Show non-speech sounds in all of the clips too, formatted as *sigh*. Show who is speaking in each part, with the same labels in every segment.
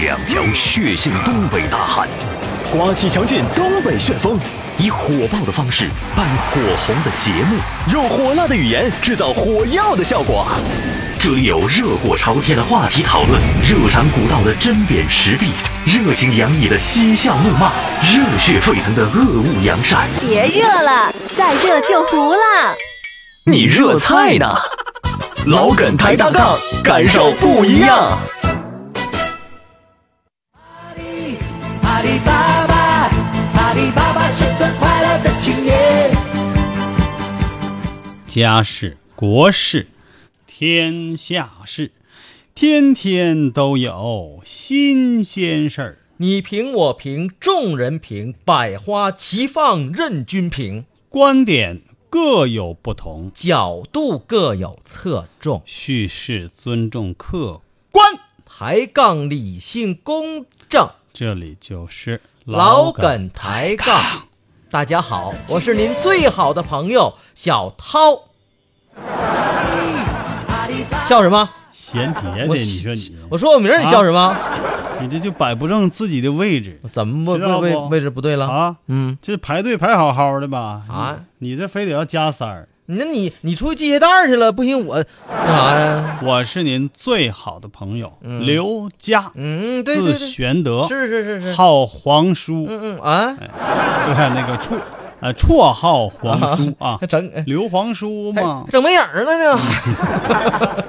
Speaker 1: 两条血性东北大汉，
Speaker 2: 刮起强劲东北旋风，
Speaker 1: 以火爆的方式办火红的节目，
Speaker 2: 用火辣的语言制造火药的效果。
Speaker 1: 这里有热火朝天的话题讨论，热肠古道的针砭时弊，热情洋溢的嬉笑怒骂，热血沸腾的恶物扬善。
Speaker 3: 别热了，再热就糊了。
Speaker 2: 你热菜呢？老梗抬大杠，感受不一样。
Speaker 4: 阿里巴巴，阿里巴巴是个快乐的青年。
Speaker 5: 家事、国事、天下事，天天都有新鲜事儿。
Speaker 6: 你评我评，众人评，百花齐放任君评，
Speaker 5: 观点各有不同，
Speaker 6: 角度各有侧重，
Speaker 5: 叙事尊重客观。
Speaker 6: 抬杠理性公正，
Speaker 5: 这里就是
Speaker 6: 老梗抬杠。大家好，我是您最好的朋友小涛。笑什么？
Speaker 5: 闲贴的，
Speaker 6: 我
Speaker 5: 哎你说你，
Speaker 6: 我说我名儿，你笑什么？
Speaker 5: 你这就摆不正自己的位置
Speaker 6: 我怎么
Speaker 5: 知
Speaker 6: 不
Speaker 5: 道
Speaker 6: 位
Speaker 5: 不
Speaker 6: 位置不对了？
Speaker 5: 啊！
Speaker 6: 嗯，
Speaker 5: 这排队排好好的吧？
Speaker 6: 啊
Speaker 5: 你，你这非得要加塞儿。
Speaker 6: 那你你出去系鞋带儿去了，不行我干啥呀？
Speaker 5: 我是您最好的朋友、刘佳，
Speaker 6: 嗯，对对
Speaker 5: 字
Speaker 6: 对，
Speaker 5: 玄德，
Speaker 6: 是是是是，
Speaker 5: 号皇叔，
Speaker 6: 嗯嗯啊，
Speaker 5: 哎就是那个绰呃绰号皇叔
Speaker 6: *laughs*
Speaker 5: 啊
Speaker 6: 还，整哎
Speaker 5: 刘皇叔嘛。
Speaker 6: 整没影儿了呢。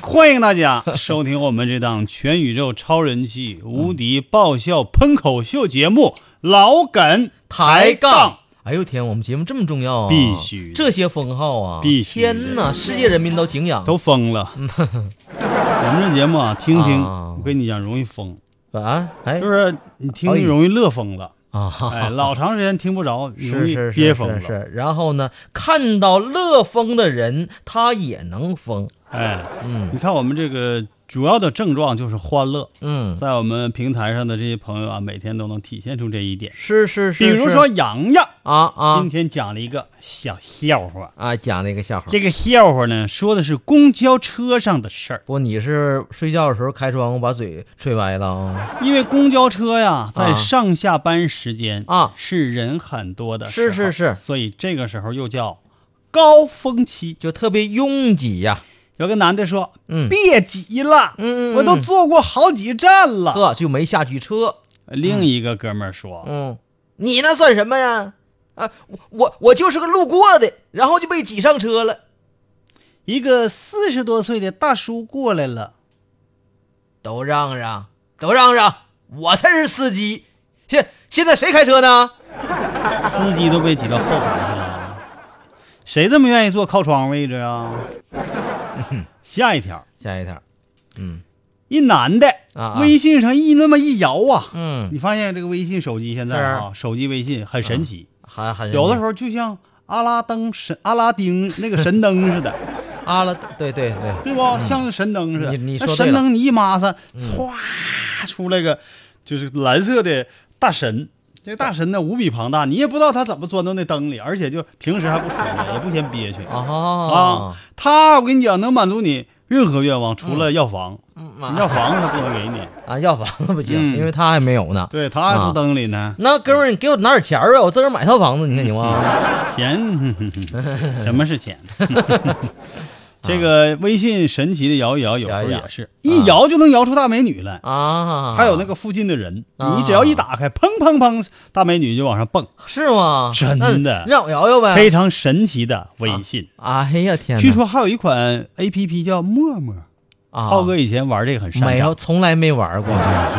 Speaker 5: 欢迎大家 *laughs* 收听我们这档全宇宙超人气、无敌爆笑喷口秀节目《老梗
Speaker 6: 抬
Speaker 5: 杠
Speaker 6: 杠。哎呦天，我们节目这么重要啊！
Speaker 5: 必须的
Speaker 6: 这些封号啊！
Speaker 5: 必须的
Speaker 6: 天哪，世界人民都敬仰。》，
Speaker 5: 都疯
Speaker 6: *laughs*
Speaker 5: 了。我们这节目啊，听听，
Speaker 6: 啊
Speaker 5: 我跟你讲，容易疯，
Speaker 6: 啊，哎
Speaker 5: 就是你听
Speaker 6: 哎
Speaker 5: 听容易乐疯了。
Speaker 6: 啊，
Speaker 5: 哎，
Speaker 6: *laughs*
Speaker 5: 老长时间听不着，你容
Speaker 6: 是
Speaker 5: 易
Speaker 6: 是
Speaker 5: 憋
Speaker 6: 是
Speaker 5: 疯了。
Speaker 6: 是是。然后呢，看到乐疯的人，他也能疯。
Speaker 5: 哎，
Speaker 6: 嗯
Speaker 5: 你看我们这个主要的症状就是欢乐，
Speaker 6: 嗯，
Speaker 5: 在我们平台上的这些朋友啊，每天都能体现出这一点。
Speaker 6: 是是是。
Speaker 5: 比如
Speaker 6: 是
Speaker 5: 说洋洋，
Speaker 6: 啊啊
Speaker 5: 今天讲了一个小笑话。
Speaker 6: 啊，讲了一个笑话。
Speaker 5: 这个笑话呢，说的是公交车上的事儿。
Speaker 6: 不，你是睡觉的时候开窗户把嘴吹歪了啊？
Speaker 5: 因为公交车呀，在
Speaker 6: 啊
Speaker 5: 上下班时间
Speaker 6: 啊
Speaker 5: 是人很多的时
Speaker 6: 是
Speaker 5: 候，
Speaker 6: 是是
Speaker 5: 所以这个时候又叫高峰期。
Speaker 6: 就特别拥挤呀。
Speaker 5: 有个男的说：“
Speaker 6: 嗯
Speaker 5: 别挤了，
Speaker 6: 嗯嗯嗯
Speaker 5: 我都坐过好几站了。
Speaker 6: 呵，就没下去车。
Speaker 5: 另一个哥们儿说：“
Speaker 6: 嗯，你那算什么呀？啊，我我我就是个路过的，然后就被挤上车了。
Speaker 5: 一个四十多岁的大叔过来了，
Speaker 6: 都让让，都让让，我才是司机。现现在谁开车呢？
Speaker 5: 司机都被挤到后排去了，谁这么愿意坐靠窗位置
Speaker 6: *laughs*
Speaker 5: 啊？下一条，
Speaker 6: 下一条，嗯
Speaker 5: 一男的
Speaker 6: 啊啊
Speaker 5: 微信上一那么一摇啊，
Speaker 6: 嗯，
Speaker 5: 你发现这个微信手机现在啊，手机微信很神奇，
Speaker 6: 还还
Speaker 5: 有的时
Speaker 6: 候
Speaker 5: 候就像阿拉灯神阿拉丁那个神灯似的，
Speaker 6: 啊了，对对对，
Speaker 5: 对不？像神灯似的，
Speaker 6: 嗯你你
Speaker 5: 那
Speaker 6: 说对
Speaker 5: 神
Speaker 6: 了嗯
Speaker 5: 灯你一抹上，歘、出来个就是蓝色的大神。这个大神呢无比庞大，你也不知道他怎么钻到那灯里，而且就平时还不出
Speaker 6: 啊
Speaker 5: 来，也不嫌憋屈啊
Speaker 6: 哦，
Speaker 5: 他我跟你讲，能满足你任何愿望，除了要房，
Speaker 6: 嗯
Speaker 5: 要房子他不能给
Speaker 6: *laughs*
Speaker 5: 你。
Speaker 6: 啊，要房子不行，
Speaker 5: 嗯
Speaker 6: 因为他还没有呢。
Speaker 5: 对他还
Speaker 6: 啊
Speaker 5: 不灯里呢，
Speaker 6: 那哥们儿，你给我拿点钱儿啊呗，我自个儿买套房子，你看行吗？
Speaker 5: 钱，
Speaker 6: *laughs*
Speaker 5: 哼哼哼什么是钱？ *laughs*
Speaker 6: 啊
Speaker 5: 这个微信神奇的摇一摇，有时候
Speaker 6: 摇一摇
Speaker 5: 也是一摇就能摇出大美女来。
Speaker 6: 啊，
Speaker 5: 嗯还有那个附近的人，
Speaker 6: 啊
Speaker 5: 你只要一打开，砰砰砰，大美女就往上蹦，
Speaker 6: 是吗？
Speaker 5: 真的
Speaker 6: 那让我摇摇呗。
Speaker 5: 非常神奇的微信。
Speaker 6: 哎呀哎天哪！
Speaker 5: 据说还有一款 A P P 叫陌陌，
Speaker 6: 啊，
Speaker 5: 浩哥以前玩这个很擅
Speaker 6: 没有，
Speaker 5: 长，
Speaker 6: 从来没玩过，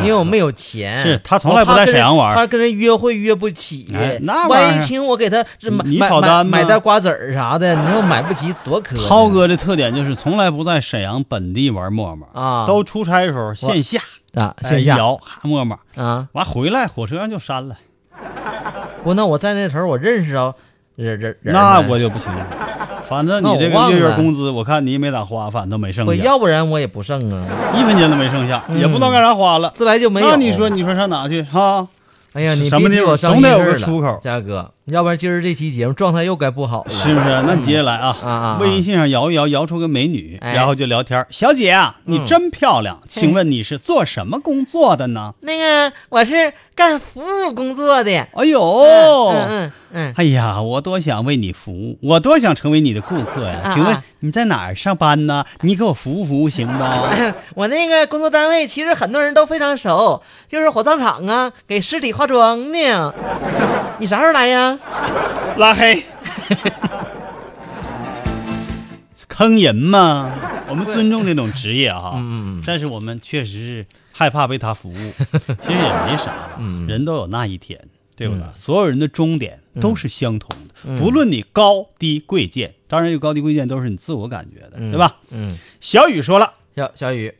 Speaker 6: 因为我没有钱。
Speaker 5: 是他从来不在沈阳玩
Speaker 6: 我怕跟人他跟人约会约不起
Speaker 5: 哎，那玩意儿
Speaker 6: 万一请我给他这买
Speaker 5: 你
Speaker 6: 买
Speaker 5: 跑单
Speaker 6: 买
Speaker 5: 吗
Speaker 6: 买袋瓜子儿啥的，你说买不起多可怜。啊
Speaker 5: 涛哥的特点就是 *laughs* 从来不在沈阳本地玩陌陌
Speaker 6: 啊
Speaker 5: 都出差的时候线下
Speaker 6: 啊，
Speaker 5: 哎
Speaker 6: 线
Speaker 5: 一
Speaker 6: 下
Speaker 5: 摇哈陌陌，
Speaker 6: 啊，
Speaker 5: 完回来火车上就删了，
Speaker 6: 不，那我在那头儿我认识着人人人
Speaker 5: 那
Speaker 6: 吗
Speaker 5: 我就不行
Speaker 6: *laughs*
Speaker 5: 了。反正你这
Speaker 6: 那我
Speaker 5: 个
Speaker 6: 忘
Speaker 5: 月月
Speaker 6: 了
Speaker 5: 工资，我看你也没咋花，反正没剩
Speaker 6: 不
Speaker 5: 下，
Speaker 6: 要不然我也不剩啊，
Speaker 5: 一分钱都没剩下，也不知道干啥花了。
Speaker 6: 自来就没有。
Speaker 5: 那你说，你说上哪去哈？
Speaker 6: 哎呀，你
Speaker 5: 什么地
Speaker 6: 别逼
Speaker 5: 方
Speaker 6: 我上
Speaker 5: 总得
Speaker 6: 一
Speaker 5: 有
Speaker 6: 份
Speaker 5: 个
Speaker 6: 儿了
Speaker 5: 出口
Speaker 6: 佳哥，要不然今儿这期节目状态又该不好了。
Speaker 5: 是不是？那接下来啊，
Speaker 6: 啊啊啊
Speaker 5: 微信上摇一摇，摇出个美女，
Speaker 6: 哎嗯
Speaker 5: 然后就聊天儿。小姐啊，你真漂亮，请问你是做什么工作的呢？
Speaker 6: 那个我是干服务工作的。
Speaker 5: 哎呦，
Speaker 6: 嗯嗯，
Speaker 5: 哎呀，我多想为你服务，我多想成为你的顾客呀、
Speaker 6: 啊啊
Speaker 5: 请问你在哪儿上班呢？你给我服务服务行吗？
Speaker 6: 哎 *coughs* 我那个工作单位其实很多人都非常熟，就是火葬场啊，给尸体化妆呢。 *coughs* 你啥时候来呀？
Speaker 5: 拉黑， *laughs* 坑人嘛！我们尊重这种职业哈，但是我们确实是害怕为他服务， *laughs* 其实也没啥，人都有那一天，对不对？所有人的终点都是相同的，不论你高低贵贱，当然有高低贵贱都是你自我感觉的，对吧？
Speaker 6: 嗯，
Speaker 5: 小雨说了，
Speaker 6: 小小雨，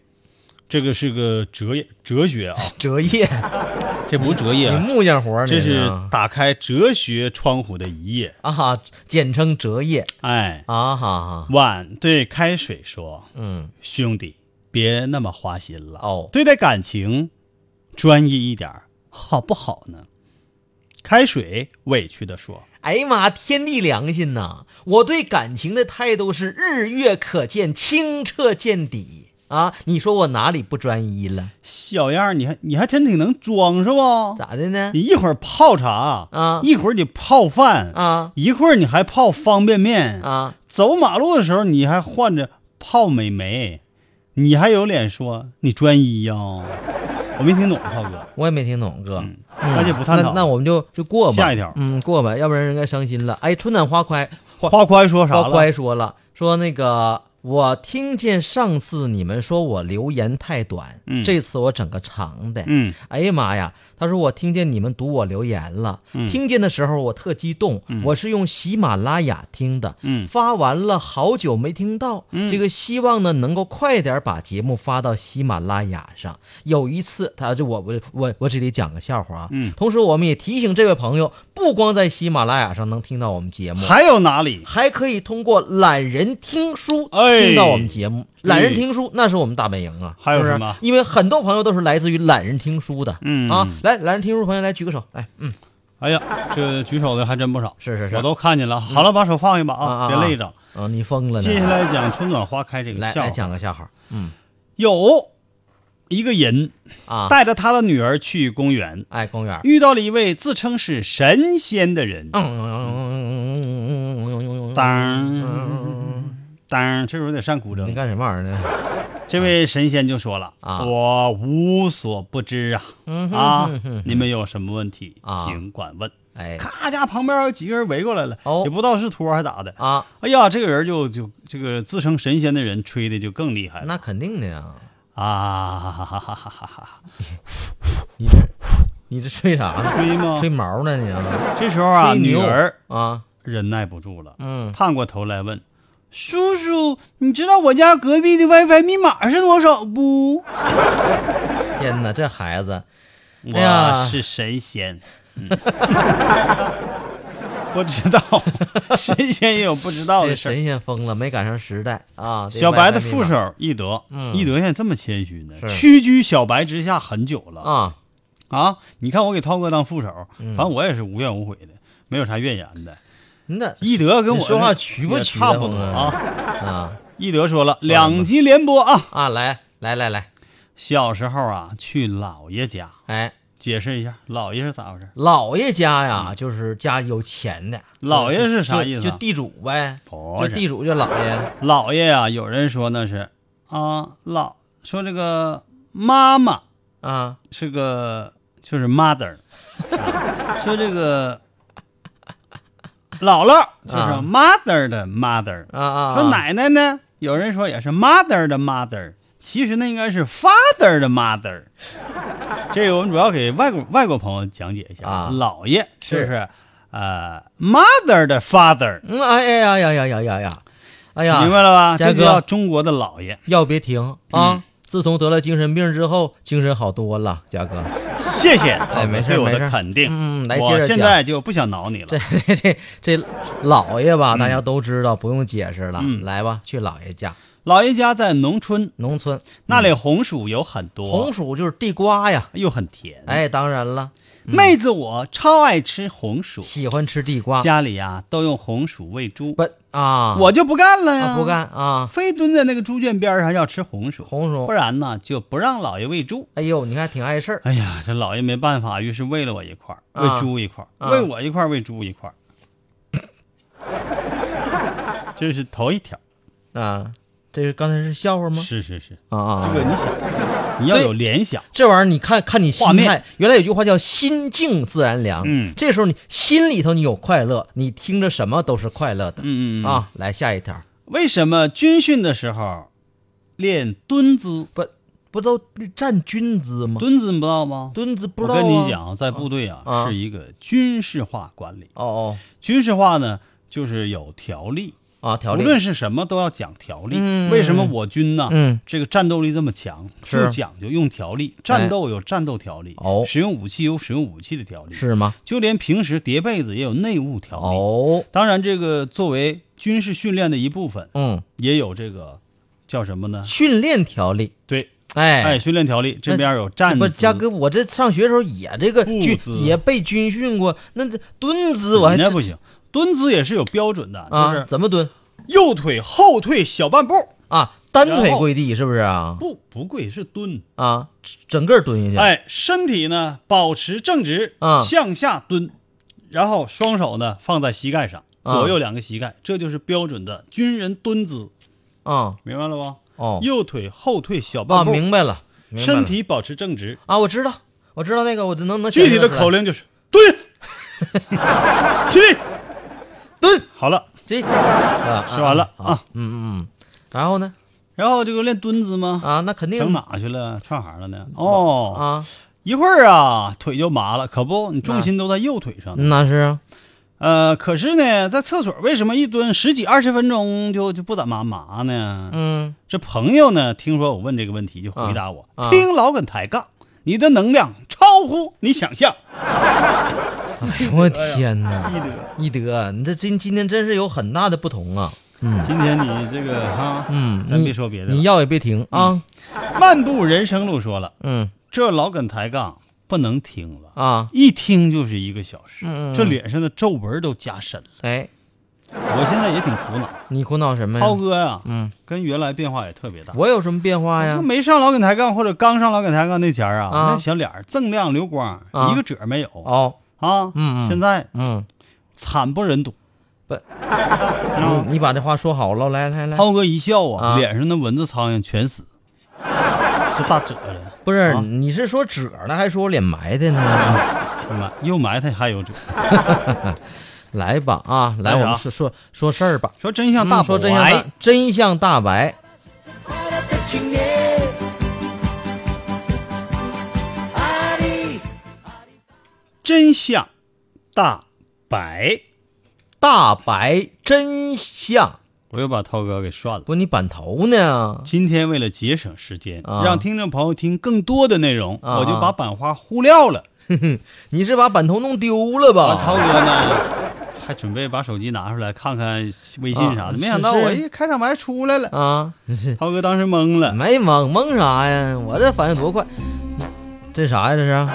Speaker 5: 这个是个哲业哲学啊，
Speaker 6: *coughs* 折页，
Speaker 5: *laughs* 这不是哲业
Speaker 6: 你
Speaker 5: 啊，
Speaker 6: 木匠活儿呢，
Speaker 5: 这是
Speaker 6: 啊
Speaker 5: 打开哲学窗户的一页，
Speaker 6: 啊哈，简称折页
Speaker 5: 哎。
Speaker 6: 啊哈哈，
Speaker 5: 碗对开水说
Speaker 6: 嗯，：“
Speaker 5: 兄弟，别那么花心了
Speaker 6: 哦
Speaker 5: 对待感情，专一一点儿，好不好呢？”开水委屈地说
Speaker 6: 哎呀妈，天地良心呐！我对感情的态度是日月可见，清澈见底啊！你说我哪里不专一了？：“
Speaker 5: 小样儿，你还你还真挺能装是不？
Speaker 6: 咋的呢
Speaker 5: 你？一会儿泡茶
Speaker 6: 啊
Speaker 5: 一会儿你泡饭
Speaker 6: 啊
Speaker 5: 一会儿你还泡方便面
Speaker 6: 啊，
Speaker 5: 走马路的时候你还换着泡美眉，你还有脸说你专一呀、我没听懂，涛哥。
Speaker 6: 我也没听懂哥。嗯
Speaker 5: 那就不探讨
Speaker 6: 那那我们就就过吧，
Speaker 5: 下一条
Speaker 6: 嗯，过吧，要不然人该伤心了。哎，春暖花开，花
Speaker 5: 花宽说啥
Speaker 6: 花
Speaker 5: 了？
Speaker 6: 乖说了，说那个我听见上次你们说我留言太短，
Speaker 5: 嗯
Speaker 6: 这次我整个长的，
Speaker 5: 嗯，
Speaker 6: 哎呀妈呀！他说我听见你们读我留言了，
Speaker 5: 嗯
Speaker 6: 听见的时候我特激动，我是用喜马拉雅听的，
Speaker 5: 嗯
Speaker 6: 发完了好久没听到，这个希望呢能够快点把节目发到喜马拉雅上。有一次，他这我我我我这里讲个笑话啊，
Speaker 5: 嗯
Speaker 6: 同时我们也提醒这位朋友，不光在喜马拉雅上能听到我们节目，
Speaker 5: 还有哪里？
Speaker 6: 还可以通过懒人听书
Speaker 5: 哎
Speaker 6: 听到我们节目。懒人听书那是我们大本营啊，
Speaker 5: 还有
Speaker 6: 是不是
Speaker 5: 什么
Speaker 6: 因为很多朋友都是来自于懒人听书的，
Speaker 5: 嗯
Speaker 6: 啊，来懒人听书朋友来举个手，来，嗯，
Speaker 5: 哎呀，这举手的还真不少，
Speaker 6: 是是是嗯
Speaker 5: 我都看见了。好了，把手放下吧
Speaker 6: 啊啊
Speaker 5: 啊，
Speaker 6: 啊
Speaker 5: 别累着。
Speaker 6: 啊，你疯了呢，
Speaker 5: 接下来讲春暖花开这个
Speaker 6: 来
Speaker 5: 笑
Speaker 6: 来
Speaker 5: 话。
Speaker 6: 讲个笑话
Speaker 5: 有一个人
Speaker 6: 啊，
Speaker 5: 带着他的女儿去公园，
Speaker 6: 哎，公园，
Speaker 5: 遇到了一位自称是神仙的人。
Speaker 6: 嗯，
Speaker 5: 当当，这时候得上古
Speaker 6: 你
Speaker 5: 筝。
Speaker 6: 干什么玩意儿呢？
Speaker 5: 这位神仙就说了：“
Speaker 6: 啊
Speaker 5: 我无所不知啊
Speaker 6: 嗯哼
Speaker 5: 啊
Speaker 6: 哼哼！
Speaker 5: 你们有什么问题，
Speaker 6: 啊
Speaker 5: 尽管问。”
Speaker 6: 哎
Speaker 5: 咔家旁边有几个人围过来了，
Speaker 6: 哦
Speaker 5: 也不知道是托还咋的
Speaker 6: 啊，
Speaker 5: 哎呀，这个人就就这个自称神仙的人吹的就更厉害了
Speaker 6: 那肯定的呀，
Speaker 5: 啊！哈哈哈哈哈哈！
Speaker 6: 你这你这吹啥呢？
Speaker 5: 吹吗？
Speaker 6: 吹毛呢你啊？
Speaker 5: 这时候啊，
Speaker 6: 吹
Speaker 5: 女
Speaker 6: 牛
Speaker 5: 儿
Speaker 6: 啊，
Speaker 5: 忍耐不住了，
Speaker 6: 嗯，
Speaker 5: 探过头来问：“叔叔，你知道我家隔壁的 WiFi 密码是多少不？”
Speaker 6: 天哪，这孩子。哎呀
Speaker 5: 我是神仙。
Speaker 6: *laughs*
Speaker 5: 嗯 *laughs* 不知道， *laughs* 神仙也有不知道
Speaker 6: 这
Speaker 5: 的事儿。
Speaker 6: 神仙疯了，没赶上时代啊！这
Speaker 5: 小白
Speaker 6: WiFi
Speaker 5: 的
Speaker 6: 密
Speaker 5: 副
Speaker 6: 码
Speaker 5: 手易德，
Speaker 6: 嗯
Speaker 5: 易德现在这么谦虚呢，
Speaker 6: 是
Speaker 5: 屈居小白之下很久了
Speaker 6: 啊，嗯
Speaker 5: 啊！你看我给涛哥当副手，反正我也是无怨无悔的，没有啥怨言的。
Speaker 6: 你咋
Speaker 5: 易德跟我
Speaker 6: 你说话
Speaker 5: 是
Speaker 6: 曲不
Speaker 5: 也
Speaker 6: 曲
Speaker 5: 差
Speaker 6: 的
Speaker 5: 不多
Speaker 6: 红啊
Speaker 5: 啊。
Speaker 6: 啊
Speaker 5: 易德说了，
Speaker 6: 了吗
Speaker 5: 两集连播啊。
Speaker 6: 啊？来来来来，
Speaker 5: 小时候啊，去姥爷家，
Speaker 6: 哎，
Speaker 5: 解释一下姥爷是咋回事？
Speaker 6: 老爷家呀，就是家里有钱的。
Speaker 5: 老爷是啥
Speaker 6: 就
Speaker 5: 意思啊
Speaker 6: 就地主呗，
Speaker 5: 不
Speaker 6: 就是地主就老爷。
Speaker 5: 姥爷啊，有人说那是啊，老说这个妈妈
Speaker 6: 啊，
Speaker 5: 是个就是
Speaker 6: *laughs*
Speaker 5: mother，说这个姥姥就是 mother 的 mother，
Speaker 6: 啊啊啊
Speaker 5: 说奶奶呢，有人说也是 mother 的 mother，其实那应该是 father 的
Speaker 6: *laughs*
Speaker 5: mother。这个我们主要给外国外国朋友讲解一下，
Speaker 6: 啊
Speaker 5: 姥爷就是呃 mother 的 father，
Speaker 6: 嗯，哎呀呀呀呀呀呀，哎呀，
Speaker 5: 明白了吧？
Speaker 6: 嘉
Speaker 5: 这
Speaker 6: 哥
Speaker 5: 就嗯叫中国的姥爷。
Speaker 6: 药别停啊！自从得了精神病之后，精神好多了，嘉哥。
Speaker 5: 谢谢他
Speaker 6: 哎没
Speaker 5: 们
Speaker 6: 事
Speaker 5: 对我
Speaker 6: 没
Speaker 5: 的
Speaker 6: 事
Speaker 5: 肯定。
Speaker 6: 嗯来接
Speaker 5: 我
Speaker 6: 着
Speaker 5: 现
Speaker 6: 讲
Speaker 5: 在就不想挠你了。
Speaker 6: 这这这这老爷吧，大家都知道，不用解释了。
Speaker 5: 嗯
Speaker 6: 来吧，去老爷家。
Speaker 5: 老爷家在农村，
Speaker 6: 农村
Speaker 5: 那里红薯有很多，
Speaker 6: 嗯红薯就是地瓜呀。
Speaker 5: 又很甜。，
Speaker 6: 哎，当然了，
Speaker 5: 妹子我超爱吃红薯，
Speaker 6: 喜欢吃地瓜。
Speaker 5: 家里呀、啊都用红薯喂猪，
Speaker 6: 不啊，
Speaker 5: 我就不干了呀，
Speaker 6: 啊不干，啊，
Speaker 5: 非蹲在那个猪圈边上要吃红薯，
Speaker 6: 红薯
Speaker 5: 不。然呢就不让老爷喂猪。
Speaker 6: 哎呦，你看挺碍事儿。
Speaker 5: 哎呀，这老爷没办法，于是喂了我一块儿，
Speaker 6: 啊
Speaker 5: 喂猪一块儿，
Speaker 6: 啊
Speaker 5: 喂我一块儿，喂猪一块
Speaker 6: *laughs*
Speaker 5: 儿。这是头一条，
Speaker 6: 啊，这是刚才是笑话吗？
Speaker 5: 是是是，
Speaker 6: 啊啊，
Speaker 5: 这
Speaker 6: 啊
Speaker 5: 个你想，你要有联想，
Speaker 6: 这玩意儿你看看你心
Speaker 5: 画面
Speaker 6: 态。原来有句话叫“心静自然凉”，
Speaker 5: 嗯
Speaker 6: 这时候你心里头你有快乐，你听着什么都是快乐的。
Speaker 5: 嗯嗯嗯
Speaker 6: 啊，来下一条，
Speaker 5: 为什么军训的时候练蹲姿？
Speaker 6: 不不都站军姿吗？
Speaker 5: 蹲姿你不知道吗？
Speaker 6: 蹲姿不
Speaker 5: 我
Speaker 6: 知道、啊、
Speaker 5: 跟你，讲，在部队啊
Speaker 6: 啊
Speaker 5: 是一个军事化管理。
Speaker 6: 哦
Speaker 5: 军事化呢，就是有条例，
Speaker 6: 哦啊，条例
Speaker 5: 无论是什么都要讲条例。
Speaker 6: 嗯
Speaker 5: 为什么我军呢？
Speaker 6: 嗯
Speaker 5: 这个战斗力这么强，
Speaker 6: 是哎
Speaker 5: 就讲究用条例。战斗有战斗条例，
Speaker 6: 哦
Speaker 5: 使用武器有使用武器的条例，
Speaker 6: 是吗？
Speaker 5: 就连平时叠被子也有内务条例。
Speaker 6: 哦，
Speaker 5: 当然，这个作为军事训练的一部分，
Speaker 6: 嗯，
Speaker 5: 也有这个叫什么呢？
Speaker 6: 训练条例，
Speaker 5: 对，
Speaker 6: 哎
Speaker 5: 哎，训练条例这边有
Speaker 6: 这
Speaker 5: 站
Speaker 6: 不，
Speaker 5: 姿，
Speaker 6: 嘉哥，我这上学时候也这个
Speaker 5: 步
Speaker 6: 军
Speaker 5: 姿
Speaker 6: 也被军训过，那这蹲姿我还
Speaker 5: 你那
Speaker 6: 真
Speaker 5: 不行，蹲姿也是有标准的，就
Speaker 6: 啊，
Speaker 5: 是
Speaker 6: 怎么蹲
Speaker 5: 右腿后退小半步，
Speaker 6: 啊？单腿
Speaker 5: 然后
Speaker 6: 跪地是不是啊？
Speaker 5: 不不跪是蹲，
Speaker 6: 啊，整个蹲下去，
Speaker 5: 哎，身体呢保持正直，
Speaker 6: 啊
Speaker 5: 向下蹲，然后双手呢放在膝盖上，
Speaker 6: 啊
Speaker 5: 左右两个膝盖，这就是标准的军人蹲姿，
Speaker 6: 啊，
Speaker 5: 明白了吧？
Speaker 6: 哦，
Speaker 5: 右腿后退小
Speaker 6: 啊，
Speaker 5: 半步，
Speaker 6: 明白了，明白了
Speaker 5: 身体保持正直，
Speaker 6: 啊，我知道，我知道那个，我就能能
Speaker 5: 具体的
Speaker 6: 想象出来
Speaker 5: 口令就是蹲，
Speaker 6: *laughs*
Speaker 5: 起立，
Speaker 6: 蹲，
Speaker 5: 好了，
Speaker 6: 这啊
Speaker 5: 说完了，
Speaker 6: 啊
Speaker 5: 啊，
Speaker 6: 嗯嗯嗯，然后呢
Speaker 5: 然后这个练蹲姿吗？
Speaker 6: 啊，那肯定
Speaker 5: 整哪去了？串行了呢？哦，
Speaker 6: 啊，
Speaker 5: 一会儿啊，腿就麻了，可不，你重心都在右腿上呢。
Speaker 6: 那是啊，
Speaker 5: 呃，可是呢，在厕所为什么一蹲十几二十分钟就就不咋麻麻呢？
Speaker 6: 嗯，
Speaker 5: 这朋友呢，听说我问这个问题，就回答我：
Speaker 6: 啊啊
Speaker 5: 听老耿抬杠，你的能量超乎你想象。
Speaker 6: 哎呦我天哪，一德，一德，你这今今天真是有很大的不同啊，
Speaker 5: 今天你这个哈，
Speaker 6: 嗯，
Speaker 5: 咱
Speaker 6: 你
Speaker 5: 别说别的嗯
Speaker 6: 你
Speaker 5: 了。
Speaker 6: 要也别停啊，
Speaker 5: 漫步人生路说了，
Speaker 6: 嗯
Speaker 5: 这老耿抬杠不能听了，
Speaker 6: 啊，
Speaker 5: 一听就是一个小时，
Speaker 6: 嗯嗯嗯
Speaker 5: 这脸上的皱纹都加深了。
Speaker 6: 哎，
Speaker 5: 我现在也挺苦恼，
Speaker 6: 你苦恼什么
Speaker 5: 涛
Speaker 6: 呀？
Speaker 5: 哥呀、
Speaker 6: 嗯，
Speaker 5: 跟原来变化也特别大。
Speaker 6: 我有什么变化呀
Speaker 5: 就？没上老梗抬杠或者刚上老梗抬杠那前儿啊，
Speaker 6: 啊
Speaker 5: 那小脸儿锃亮流光，
Speaker 6: 啊
Speaker 5: 一个褶儿没有
Speaker 6: 哦，
Speaker 5: 啊。
Speaker 6: 嗯嗯
Speaker 5: 现在
Speaker 6: 嗯，
Speaker 5: 惨不忍睹。
Speaker 6: 你你把这话说好了，来来来，
Speaker 5: 涛哥一笑啊，
Speaker 6: 啊
Speaker 5: 脸上的蚊子苍蝇全死，这大褶子，
Speaker 6: 不是
Speaker 5: 啊，
Speaker 6: 你是说褶儿呢，还是说我脸埋汰呢？
Speaker 5: 他妈又埋汰还有褶。
Speaker 6: 来吧啊，来，
Speaker 5: 来
Speaker 6: 我
Speaker 5: 啊
Speaker 6: 们说说说事儿吧。
Speaker 5: 说真相
Speaker 6: 嗯
Speaker 5: 大哎白，
Speaker 6: 说真相大真相大白，
Speaker 4: Para te chingué. Ari,
Speaker 5: 真相大白，
Speaker 6: 大白真相。
Speaker 5: 我又把涛哥给涮了。
Speaker 6: 不，你板头呢？
Speaker 5: 今天为了节省时间，
Speaker 6: 啊
Speaker 5: 让听众朋友听更多的内容，
Speaker 6: 啊
Speaker 5: 我就
Speaker 6: 啊
Speaker 5: 把版花忽略了。
Speaker 6: 你是把板头弄丢了吧？
Speaker 5: 啊，涛哥呢， *laughs* 还准备把手机拿出来看看微信啥
Speaker 6: 啊
Speaker 5: 的，没想到我
Speaker 6: 是是
Speaker 5: 一开场白出来了，
Speaker 6: 啊， *laughs* 嗯
Speaker 5: 涛哥当时懵了，
Speaker 6: 没蒙蒙啥呀？我这反应多快，这啥呀？这是啊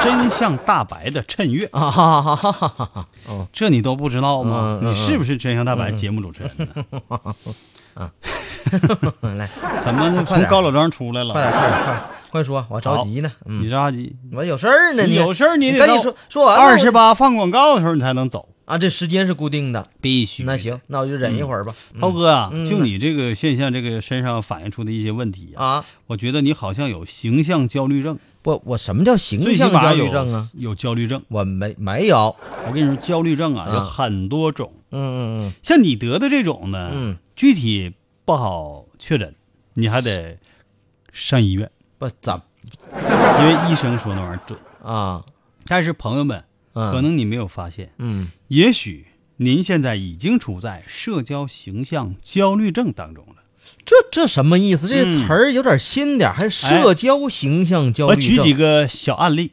Speaker 5: 这是真相大白的趁月，
Speaker 6: 哈哈哈哈哈哈！哦，
Speaker 5: 这你都不知道吗？
Speaker 6: 嗯嗯嗯
Speaker 5: 你是不是真相大白节目主持人
Speaker 6: *laughs*
Speaker 5: 呢？
Speaker 6: 来，
Speaker 5: 怎么就
Speaker 6: 快
Speaker 5: 从
Speaker 6: 点
Speaker 5: 高老庄出来
Speaker 6: 快点，
Speaker 5: 了？
Speaker 6: 快点，快点，快说，我着急呢。
Speaker 5: 你
Speaker 6: 嗯，
Speaker 5: 着急？
Speaker 6: 我有事儿呢。
Speaker 5: 你有事儿你得
Speaker 6: 你赶紧
Speaker 5: 到
Speaker 6: 说说完了。
Speaker 5: 二十八放广告的时候你才能走，
Speaker 6: 啊，这时间是固定的。
Speaker 5: 必须
Speaker 6: 那。行，那我就忍一会儿吧。
Speaker 5: 涛哥啊，
Speaker 6: 嗯
Speaker 5: 就你这个现象，这个身上反映出的一些问题啊，
Speaker 6: 啊，
Speaker 5: 我觉得你好像有形象焦虑症，
Speaker 6: 不，我什么叫形
Speaker 5: 最起
Speaker 6: 象
Speaker 5: 码
Speaker 6: 焦
Speaker 5: 有
Speaker 6: 虑症啊？
Speaker 5: 有焦虑症。
Speaker 6: 我没没有。
Speaker 5: 我跟你说，焦虑症啊
Speaker 6: 啊
Speaker 5: 有很多种，
Speaker 6: 嗯嗯
Speaker 5: 像你得的这种呢，
Speaker 6: 嗯，
Speaker 5: 具体不好确诊，你还得上医院，
Speaker 6: 不咋
Speaker 5: 因为医生说那玩意儿准。
Speaker 6: 啊，
Speaker 5: 但是朋友们，
Speaker 6: 嗯
Speaker 5: 可能你没有发现，
Speaker 6: 嗯
Speaker 5: 也许您现在已经处在社交形象焦虑症当中了。
Speaker 6: 这这什么意思？这
Speaker 5: 嗯
Speaker 6: 词儿有点新点儿，还社交形象焦
Speaker 5: 哎我
Speaker 6: 虑
Speaker 5: 举
Speaker 6: 症
Speaker 5: 几个小案例，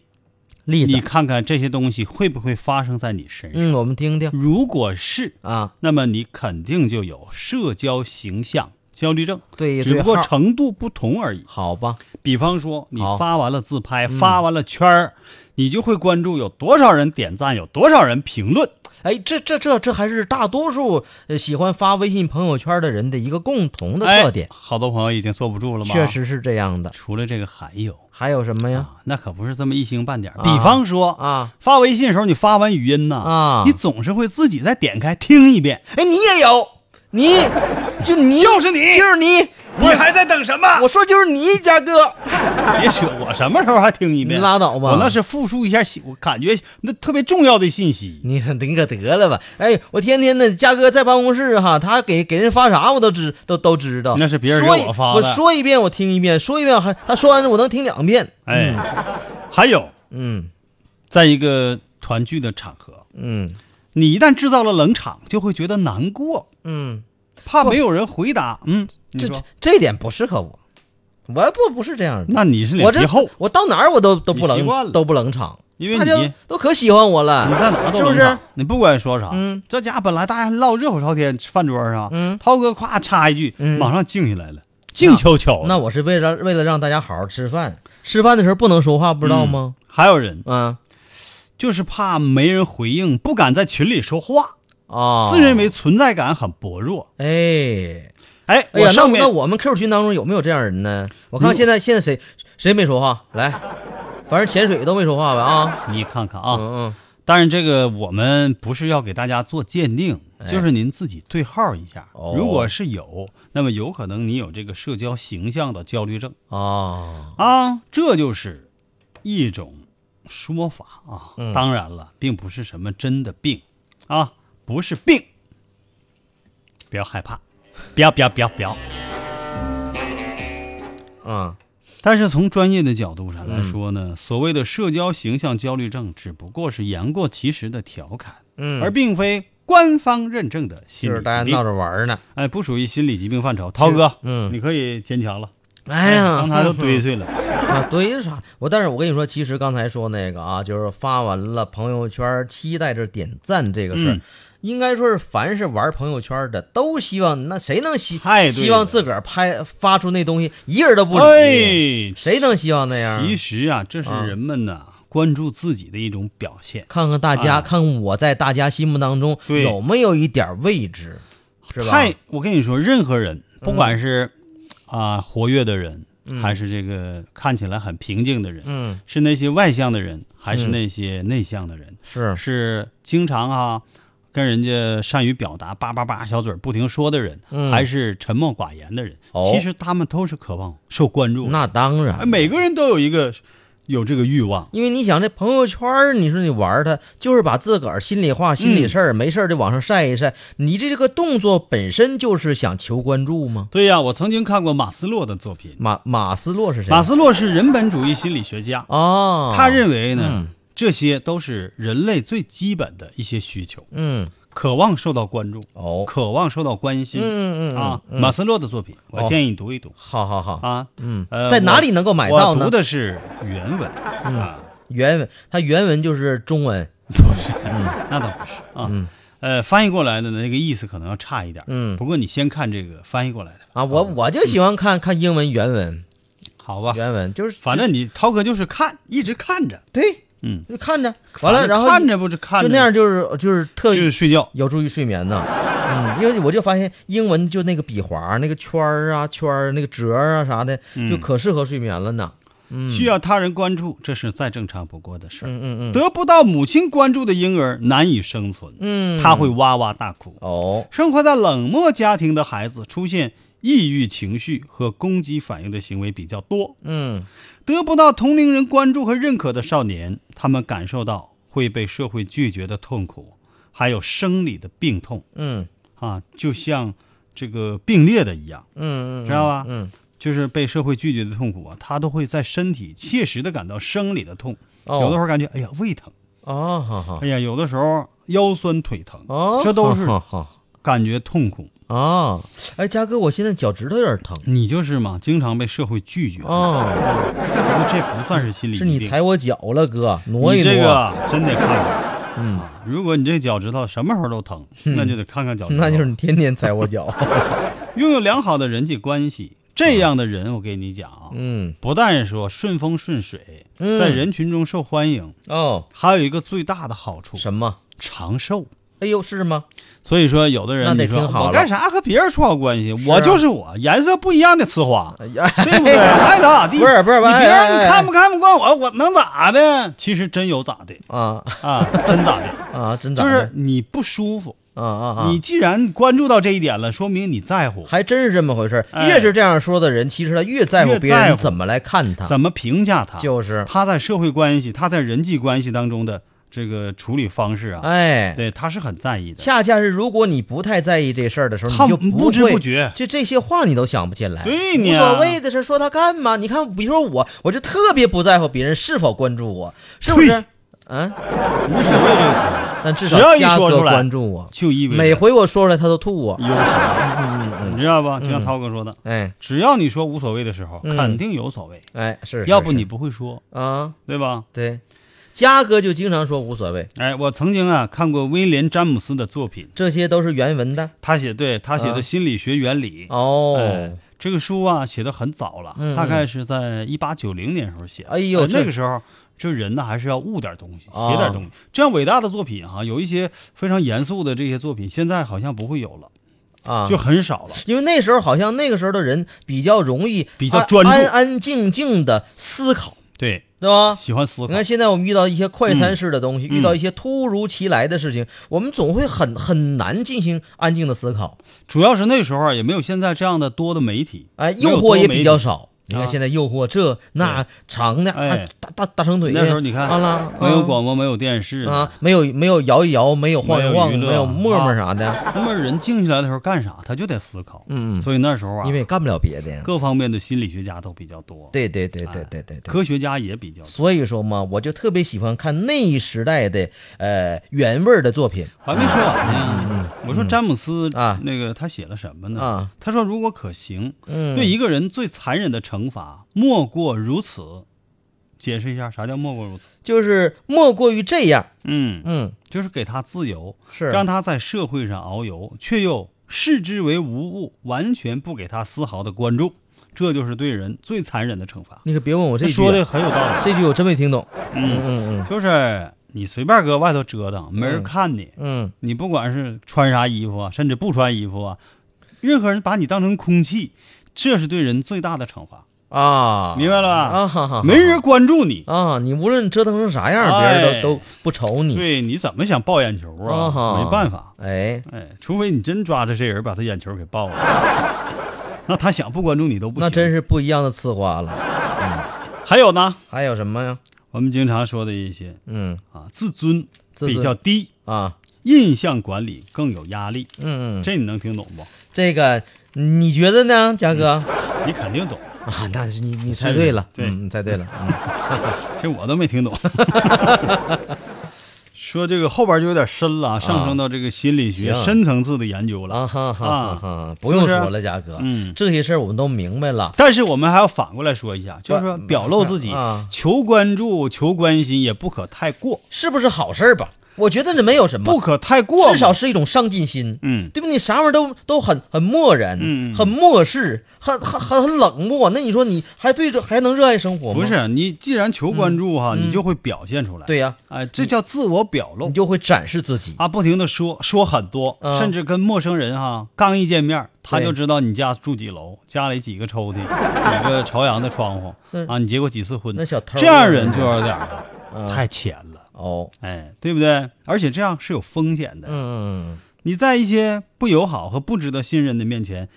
Speaker 6: 例
Speaker 5: 你
Speaker 6: 子，
Speaker 5: 看看这些东西会不会发生在你身上。
Speaker 6: 嗯，我们听听
Speaker 5: 如果是，
Speaker 6: 啊
Speaker 5: 那么你肯定就有社交形象焦虑症，
Speaker 6: 对
Speaker 5: 只
Speaker 6: 对
Speaker 5: 不过
Speaker 6: 号
Speaker 5: 程度不同而已。
Speaker 6: 好吧，
Speaker 5: 比方说，你
Speaker 6: 好嗯
Speaker 5: 发完了自拍，发完了圈儿，你就会关注有多少人点赞，有多少人评论。
Speaker 6: 哎，这这这这还是大多数呃喜欢发微信朋友圈的人的一个共同的特点
Speaker 5: 哎，，好多朋友已经坐不住了吗？
Speaker 6: 确，实是这样的。
Speaker 5: 除了这个还有
Speaker 6: 还有什么呀？
Speaker 5: 啊，那可不是这么一星半点儿。
Speaker 6: 啊
Speaker 5: 比方说
Speaker 6: 啊，
Speaker 5: 发微信的时候，你发完语音呐，
Speaker 6: 啊
Speaker 5: 你总是会自己再点开听一遍。
Speaker 6: 哎，你也有，你就你
Speaker 5: 啊就是你
Speaker 6: 就是你，
Speaker 5: 你还在等什么？
Speaker 6: 我说就是你，佳哥，
Speaker 5: 别扯，我什么时候还听一遍？
Speaker 6: 你拉倒吧
Speaker 5: 我那是复述一下信，我感觉那特别重要的信息。
Speaker 6: 你说你可得了吧？哎，我天天呢，佳哥在办公室哈，他给给人发啥我都知都都知道，
Speaker 5: 那是别人
Speaker 6: 说
Speaker 5: 给
Speaker 6: 一
Speaker 5: 我发的
Speaker 6: 我说一遍我听一遍，说一遍我还他说完我能听两遍，
Speaker 5: 哎，还有，
Speaker 6: 嗯
Speaker 5: 在一个团聚的场合，
Speaker 6: 嗯
Speaker 5: 你一旦制造了冷场，就会觉得难过，
Speaker 6: 嗯，
Speaker 5: 怕没有人回答。嗯，你
Speaker 6: 这
Speaker 5: 说
Speaker 6: 这这点不适合我，我不不是这样的。
Speaker 5: 那你是脸
Speaker 6: 我这
Speaker 5: 皮厚，
Speaker 6: 我到哪儿我都都不
Speaker 5: 你习惯
Speaker 6: 冷
Speaker 5: 了
Speaker 6: 都不冷场，
Speaker 5: 因为
Speaker 6: 大家
Speaker 5: 你
Speaker 6: 都可喜欢我
Speaker 5: 你
Speaker 6: 了。
Speaker 5: 上哪都
Speaker 6: 是不
Speaker 5: 冷
Speaker 6: 是
Speaker 5: 场，你不管说啥，
Speaker 6: 嗯
Speaker 5: 这家本来大家唠热火朝天，饭桌上，
Speaker 6: 嗯
Speaker 5: 涛哥夸插一句，
Speaker 6: 嗯
Speaker 5: 马上静下来了，静悄悄的。
Speaker 6: 那我是为了为了让大家好好吃饭，吃饭的时候不能说话，不知道吗？
Speaker 5: 还有人
Speaker 6: 嗯
Speaker 5: 就是怕没人回应，不敢在群里说话，
Speaker 6: 啊，
Speaker 5: 自认为存在感很薄弱。
Speaker 6: 哎。
Speaker 5: 哎，
Speaker 6: 哎呀
Speaker 5: 我，
Speaker 6: 那
Speaker 5: 上面嗯
Speaker 6: 那我们 QQ 群当中有没有这样人呢？我看现在现在谁谁没说话？来，反正潜水都没说话吧啊？
Speaker 5: 你看看啊，
Speaker 6: 嗯
Speaker 5: 当然这个我们不是要给大家做鉴定，就是您自己对号一下。
Speaker 6: 哎哦
Speaker 5: 如果是有，那么有可能你有这个社交形象的焦虑症
Speaker 6: 嗯啊，
Speaker 5: 啊，这就是一种说法啊。
Speaker 6: 嗯
Speaker 5: 当然了，并不是什么真的病啊，不是病，不要害怕，不要不要不要不要。
Speaker 6: 嗯
Speaker 5: 但是从专业的角度上来说呢，所谓的社交形象焦虑症，只不过是言过其实的调侃，
Speaker 6: 嗯，
Speaker 5: 而并非官方认证的心
Speaker 6: 就
Speaker 5: 理
Speaker 6: 是大家
Speaker 5: 疾
Speaker 6: 闹
Speaker 5: 病。
Speaker 6: 着玩儿呢。
Speaker 5: 哎，不属于心理疾病范畴。涛哥，
Speaker 6: 嗯
Speaker 5: 你可以坚强了。
Speaker 6: 哎呀，
Speaker 5: 刚才都堆碎了。
Speaker 6: *laughs* 啊，对啥？我但是我跟你说，其实刚才说那个啊，就是发完了朋友圈，期待着点赞这个事儿，
Speaker 5: 嗯
Speaker 6: 应该说是凡是玩朋友圈的都希望，那谁能希
Speaker 5: 太对了
Speaker 6: 希望自个儿拍发出那东西，一个人都不理，
Speaker 5: 哎，
Speaker 6: 谁能希望那样？
Speaker 5: 其实啊，这是
Speaker 6: 啊
Speaker 5: 人们呐关注自己的一种表现。
Speaker 6: 看看大家，
Speaker 5: 啊
Speaker 6: 看看我在大家心目当中
Speaker 5: 对
Speaker 6: 有没有一点位置，是吧？嗯
Speaker 5: 太，我跟你说，任何人，不管是啊、活跃的人，还是这个看起来很平静的人，
Speaker 6: 嗯，
Speaker 5: 是那些外向的人，还是
Speaker 6: 嗯
Speaker 5: 那些内向的人？
Speaker 6: 是
Speaker 5: 是经常啊跟人家善于表达叭叭叭小嘴儿不停说的人，
Speaker 6: 嗯
Speaker 5: 还是沉默寡言的人？
Speaker 6: 哦
Speaker 5: 其实他们都是渴望受关注的。
Speaker 6: 那当然
Speaker 5: 哎，每个人都有一个有这个欲望。
Speaker 6: 因为你想这朋友圈儿，你说你玩儿它，就是把自个儿心里话、心里事
Speaker 5: 嗯
Speaker 6: 儿，没事儿就往上晒一晒。你这个动作本身就是想求关注吗？
Speaker 5: 对呀、我曾经看过马斯洛的作品。
Speaker 6: 马马斯洛是谁？
Speaker 5: 马斯洛是人本主义心理学家，
Speaker 6: 哦，
Speaker 5: 他认为呢
Speaker 6: 嗯，
Speaker 5: 这些都是人类最基本的一些需求，
Speaker 6: 嗯
Speaker 5: 渴望受到关注，
Speaker 6: 哦
Speaker 5: 渴望受到关心。
Speaker 6: 嗯嗯嗯
Speaker 5: 啊，
Speaker 6: 嗯
Speaker 5: 马斯洛的作品，我
Speaker 6: 哦
Speaker 5: 建议你读一读
Speaker 6: 好好好，
Speaker 5: 啊。
Speaker 6: 嗯
Speaker 5: 呃，
Speaker 6: 在哪
Speaker 5: 我
Speaker 6: 里能够买到
Speaker 5: 我
Speaker 6: 呢嗯
Speaker 5: 读？的是原文啊，
Speaker 6: 原文，它原文就是中文。
Speaker 5: 那倒不是啊。呃，翻译过来的呢，那个意思可能要差一点。
Speaker 6: 嗯
Speaker 5: 不过你先看这个翻译过来的，
Speaker 6: 啊，我我就喜欢看看英文原文，
Speaker 5: 好吧？
Speaker 6: 原文就是
Speaker 5: 嗯反
Speaker 6: 就
Speaker 5: 正
Speaker 6: 是
Speaker 5: 你涛哥就是看，一直看着，
Speaker 6: 对，
Speaker 5: 嗯，
Speaker 6: 就看着完了，
Speaker 5: 反正
Speaker 6: 然后
Speaker 5: 看着不是看着，
Speaker 6: 就那样，就是就是特
Speaker 5: 就是睡觉。
Speaker 6: 有助于睡眠呢。嗯，因为我就发现英文就那个笔划、那个圈儿啊、圈儿那个折儿啊啥的，
Speaker 5: 嗯
Speaker 6: 就可适合睡眠了呢。
Speaker 5: 需要他人关注，这是再正常不过的事儿。
Speaker 6: 嗯嗯嗯嗯
Speaker 5: 得不到母亲关注的婴儿难以生存，
Speaker 6: 嗯，
Speaker 5: 他会哇哇大哭。
Speaker 6: 哦，
Speaker 5: 生活在冷漠家庭的孩子出现抑郁情绪和攻击反应的行为比较多。
Speaker 6: 嗯
Speaker 5: 得不到同龄人关注和认可的少年，他们感受到会被社会拒绝的痛苦，还有生理的病痛
Speaker 6: 嗯
Speaker 5: 啊，就像这个并列的一样，
Speaker 6: 嗯嗯，
Speaker 5: 知道吧
Speaker 6: 嗯
Speaker 5: 就是被社会拒绝的痛苦啊，他都会在身体切实的感到生理的痛，
Speaker 6: 哦
Speaker 5: 有的时候感觉哎呀胃疼，
Speaker 6: 哦，好好
Speaker 5: 哎呀有的时候腰酸腿疼，
Speaker 6: 哦，
Speaker 5: 这都是
Speaker 6: 好好
Speaker 5: 感觉痛苦。
Speaker 6: *laughs* 哦。哎，佳哥，我现在脚趾头有点疼
Speaker 5: 你就是嘛，经常被社会拒绝，
Speaker 6: 哦，
Speaker 5: 不过这不算是心理
Speaker 6: 是
Speaker 5: 疾病。
Speaker 6: 你踩我脚了，哥，挪
Speaker 5: 你
Speaker 6: 一
Speaker 5: 这
Speaker 6: 挪，
Speaker 5: 个真得看看。嗯，
Speaker 6: *laughs*
Speaker 5: 如果你这脚趾头什么时候都疼，那就得看看脚趾头。
Speaker 6: 那就是你天天踩我脚。
Speaker 5: 拥有良好的人际关系，这样的人，我跟你讲啊，
Speaker 6: 嗯
Speaker 5: 不但是说顺风顺水，
Speaker 6: 嗯
Speaker 5: 在人群中受欢迎，
Speaker 6: 哦，
Speaker 5: 还有一个最大的好处，
Speaker 6: 什么？
Speaker 5: 长寿。
Speaker 6: 哎呦，是吗？
Speaker 5: 所以说，有的人
Speaker 6: 那得
Speaker 5: 你说
Speaker 6: 挺好了
Speaker 5: 我干啥和别人处好关系？
Speaker 6: 啊
Speaker 5: 我就是我，颜色不一样的呲花，
Speaker 6: 哎呀， *laughs*
Speaker 5: 对不对？爱咋咋地。
Speaker 6: 不是不是
Speaker 5: 你别
Speaker 6: 哎哎
Speaker 5: 人
Speaker 6: 哎
Speaker 5: 看不看不惯我，我能咋的？其实真有咋的
Speaker 6: 啊
Speaker 5: 啊， *laughs* 真咋的，
Speaker 6: 啊，真咋
Speaker 5: 就
Speaker 6: 的
Speaker 5: 是你不舒服。
Speaker 6: 啊啊啊！
Speaker 5: 你既然关注到这一点了，说明你在乎。
Speaker 6: 还真是这么回事儿。
Speaker 5: 哎
Speaker 6: 越是这样说的人，其实他越在乎
Speaker 5: 越
Speaker 6: 别
Speaker 5: 在
Speaker 6: 人
Speaker 5: 乎
Speaker 6: 怎么来看他，
Speaker 5: 怎么评价他？
Speaker 6: 啊就是
Speaker 5: 他在社会关系、他在人际关系当中的这个处理方式啊，
Speaker 6: 哎。
Speaker 5: 对，他是很在意的。
Speaker 6: 恰恰是，如果你不太在意这事儿的时候，
Speaker 5: 他
Speaker 6: 你就
Speaker 5: 不知
Speaker 6: 会
Speaker 5: 不觉
Speaker 6: 就这些话你都想不起来。
Speaker 5: 对
Speaker 6: 无
Speaker 5: 呢
Speaker 6: 所谓的事儿说他干嘛？你看，比如说我，我就特别不在乎别人是否关注我，是不是
Speaker 5: 呸？
Speaker 6: 嗯，
Speaker 5: 无所谓这个词，
Speaker 6: 但至少
Speaker 5: 只要一
Speaker 6: 嘉
Speaker 5: 说
Speaker 6: 哥
Speaker 5: 出来
Speaker 6: 关注我，
Speaker 5: 就意味着
Speaker 6: 每回嗯我说出来他都吐我。
Speaker 5: 有所
Speaker 6: 嗯
Speaker 5: 谓，你知道吧？就像涛哥说的，
Speaker 6: 哎
Speaker 5: 只要你说无所谓的时候，
Speaker 6: 嗯
Speaker 5: 肯定有所谓，
Speaker 6: 哎，是，是
Speaker 5: 要不
Speaker 6: 是
Speaker 5: 你不会说，
Speaker 6: 啊，
Speaker 5: 对吧？
Speaker 6: 对，嘉哥就经常说无所谓，
Speaker 5: 哎，我曾经啊看过威廉·詹姆斯的作品，
Speaker 6: 这些都是原文的
Speaker 5: 他写对他写的
Speaker 6: 啊
Speaker 5: 《心理学原理》哎
Speaker 6: 哦。，
Speaker 5: 这个书啊写的很早了，
Speaker 6: 嗯
Speaker 5: 大概是在一八九零年时候写的。
Speaker 6: 哎呦这
Speaker 5: 那个时候就人呢还是要悟点东西，
Speaker 6: 啊
Speaker 5: 写点东西。这样伟大的作品哈、有一些非常严肃的这些作品，现在好像不会有了，
Speaker 6: 啊，
Speaker 5: 就很少了。
Speaker 6: 因为那时候好像那个时候的人比较容易
Speaker 5: 比较
Speaker 6: 安
Speaker 5: 专注
Speaker 6: 安安静静的思考，
Speaker 5: 对，
Speaker 6: 对吧？
Speaker 5: 喜欢思
Speaker 6: 你
Speaker 5: 考
Speaker 6: 看，现在我们遇到一些快餐式的东西，
Speaker 5: 嗯
Speaker 6: 遇到一些突如其来的事情，我们总会很很难进行安静的思考，
Speaker 5: 主要是那时候啊也没有现在这样的多的媒体，
Speaker 6: 哎，
Speaker 5: 没有
Speaker 6: 诱惑也比较
Speaker 5: 多
Speaker 6: 少。你看
Speaker 5: 啊
Speaker 6: 现在诱惑这那长的，
Speaker 5: 哎
Speaker 6: 啊大大大长腿
Speaker 5: 媒体。
Speaker 6: 的，
Speaker 5: 那时候你看，
Speaker 6: 完了
Speaker 5: 没有
Speaker 6: 啊
Speaker 5: 广播，没有电视
Speaker 6: 啊，，没有没有摇一摇，没有晃一晃，
Speaker 5: 没有娱乐啊
Speaker 6: 没有沫沫啥的，
Speaker 5: *laughs* 那么人静下来的时候干啥，他就得思考。
Speaker 6: 嗯，
Speaker 5: 所以那时候啊，
Speaker 6: 因为干不了别的呀。
Speaker 5: 各方面的心理学家都比较多，
Speaker 6: 对对对对对对对。
Speaker 5: 科学家也比较多。
Speaker 6: 所以说嘛，我就特别喜欢看那一时代的呃原味儿的作品
Speaker 5: 还没说完呢。我说詹姆斯
Speaker 6: 嗯啊
Speaker 5: 那个他写了什么呢？
Speaker 6: 啊。
Speaker 5: 他说，如果可行，嗯
Speaker 6: 嗯，
Speaker 5: 对一个人最残忍的惩罚莫过如此。解释一下啥叫莫过如此？
Speaker 6: 就是莫过于这样。
Speaker 5: 嗯，
Speaker 6: 嗯，
Speaker 5: 就是给他自由，
Speaker 6: 是
Speaker 5: 让他在社会上遨游，却又视之为无物，完全不给他丝毫的关注，这就是对人最残忍的惩罚。
Speaker 6: 你可别问我这
Speaker 5: 他
Speaker 6: 句啊
Speaker 5: 说的很有道理，
Speaker 6: 这句我真没听懂。
Speaker 5: 嗯，
Speaker 6: 嗯嗯
Speaker 5: 就是你随便搁外头折腾，没人看你，
Speaker 6: 嗯
Speaker 5: 你不管是穿啥衣服啊，甚至不穿衣服啊，任何人把你当成空气，这是对人最大的惩罚，
Speaker 6: 嗯啊，
Speaker 5: 明白了吧？
Speaker 6: 啊哈哈，
Speaker 5: 没人关注你，
Speaker 6: 啊，你无论折腾成啥样，别人
Speaker 5: 哎
Speaker 6: 都都不瞅你。
Speaker 5: 对你怎么想抱眼球
Speaker 6: 嗯啊哈
Speaker 5: 啊？没办法，
Speaker 6: 哎，
Speaker 5: 哎，除非你真抓着这人把他眼球给抱了，
Speaker 6: *laughs*
Speaker 5: 那他想不关注你都不行。
Speaker 6: 那真是不一样的刺花了。
Speaker 5: 还有呢，
Speaker 6: 还有什么呀？
Speaker 5: 我们经常说的一些
Speaker 6: 嗯
Speaker 5: 啊，自尊
Speaker 6: 自尊
Speaker 5: 比较低，
Speaker 6: 啊，
Speaker 5: 印象管理更有压力，
Speaker 6: 嗯，嗯
Speaker 5: 这你能听懂不？
Speaker 6: 这个你觉得呢，嘉哥？
Speaker 5: 你肯定懂，
Speaker 6: 啊，那是你你
Speaker 5: 嗯
Speaker 6: 猜
Speaker 5: 是
Speaker 6: 对了，
Speaker 5: 对
Speaker 6: 嗯，你猜对了。
Speaker 5: 其实我都没听
Speaker 6: *laughs*
Speaker 5: 懂。说这个后边就有点深了，啊上升到这个心理学
Speaker 6: 啊行
Speaker 5: 深层次的研究了
Speaker 6: 啊哈哈哈哈！不
Speaker 5: 是
Speaker 6: 用
Speaker 5: 不是
Speaker 6: 说了，嘉哥，
Speaker 5: 嗯
Speaker 6: 这些事儿我们都明白了。
Speaker 5: 但是我们还要反过来说一下，就是说表露自己
Speaker 6: 嗯啊，
Speaker 5: 求关注、求关心，也不可太过，
Speaker 6: 是不是好事儿吧？我觉得这没有什么，
Speaker 5: 不可太过嘛，
Speaker 6: 嗯至少是一种上进心，
Speaker 5: 嗯
Speaker 6: 对不对？你啥玩意儿都都很很漠然，
Speaker 5: 嗯嗯
Speaker 6: 很漠视，很很很很冷漠。那你说你还对这还能热爱生活吗？
Speaker 5: 不，是你既然求关注哈，你就会表现出来。
Speaker 6: 嗯对呀
Speaker 5: 哎，这叫自我表露
Speaker 6: 你就会展示自己。
Speaker 5: 啊，不停的说说很多，
Speaker 6: 啊
Speaker 5: 甚至跟陌生人哈刚一见面，他
Speaker 6: 对
Speaker 5: 就知道你家住几楼，家里几个
Speaker 6: *laughs*
Speaker 5: 抽屉，几个朝阳的窗户
Speaker 6: 嗯
Speaker 5: 啊，你结过几次婚？
Speaker 6: 那小偷儿
Speaker 5: 这样人就有点儿
Speaker 6: 嗯
Speaker 5: 太浅了。
Speaker 6: 哦，
Speaker 5: 哎，对不对？而且这样是有风险的。
Speaker 6: 嗯，
Speaker 5: 你在一些不友好和不值得信任的面前，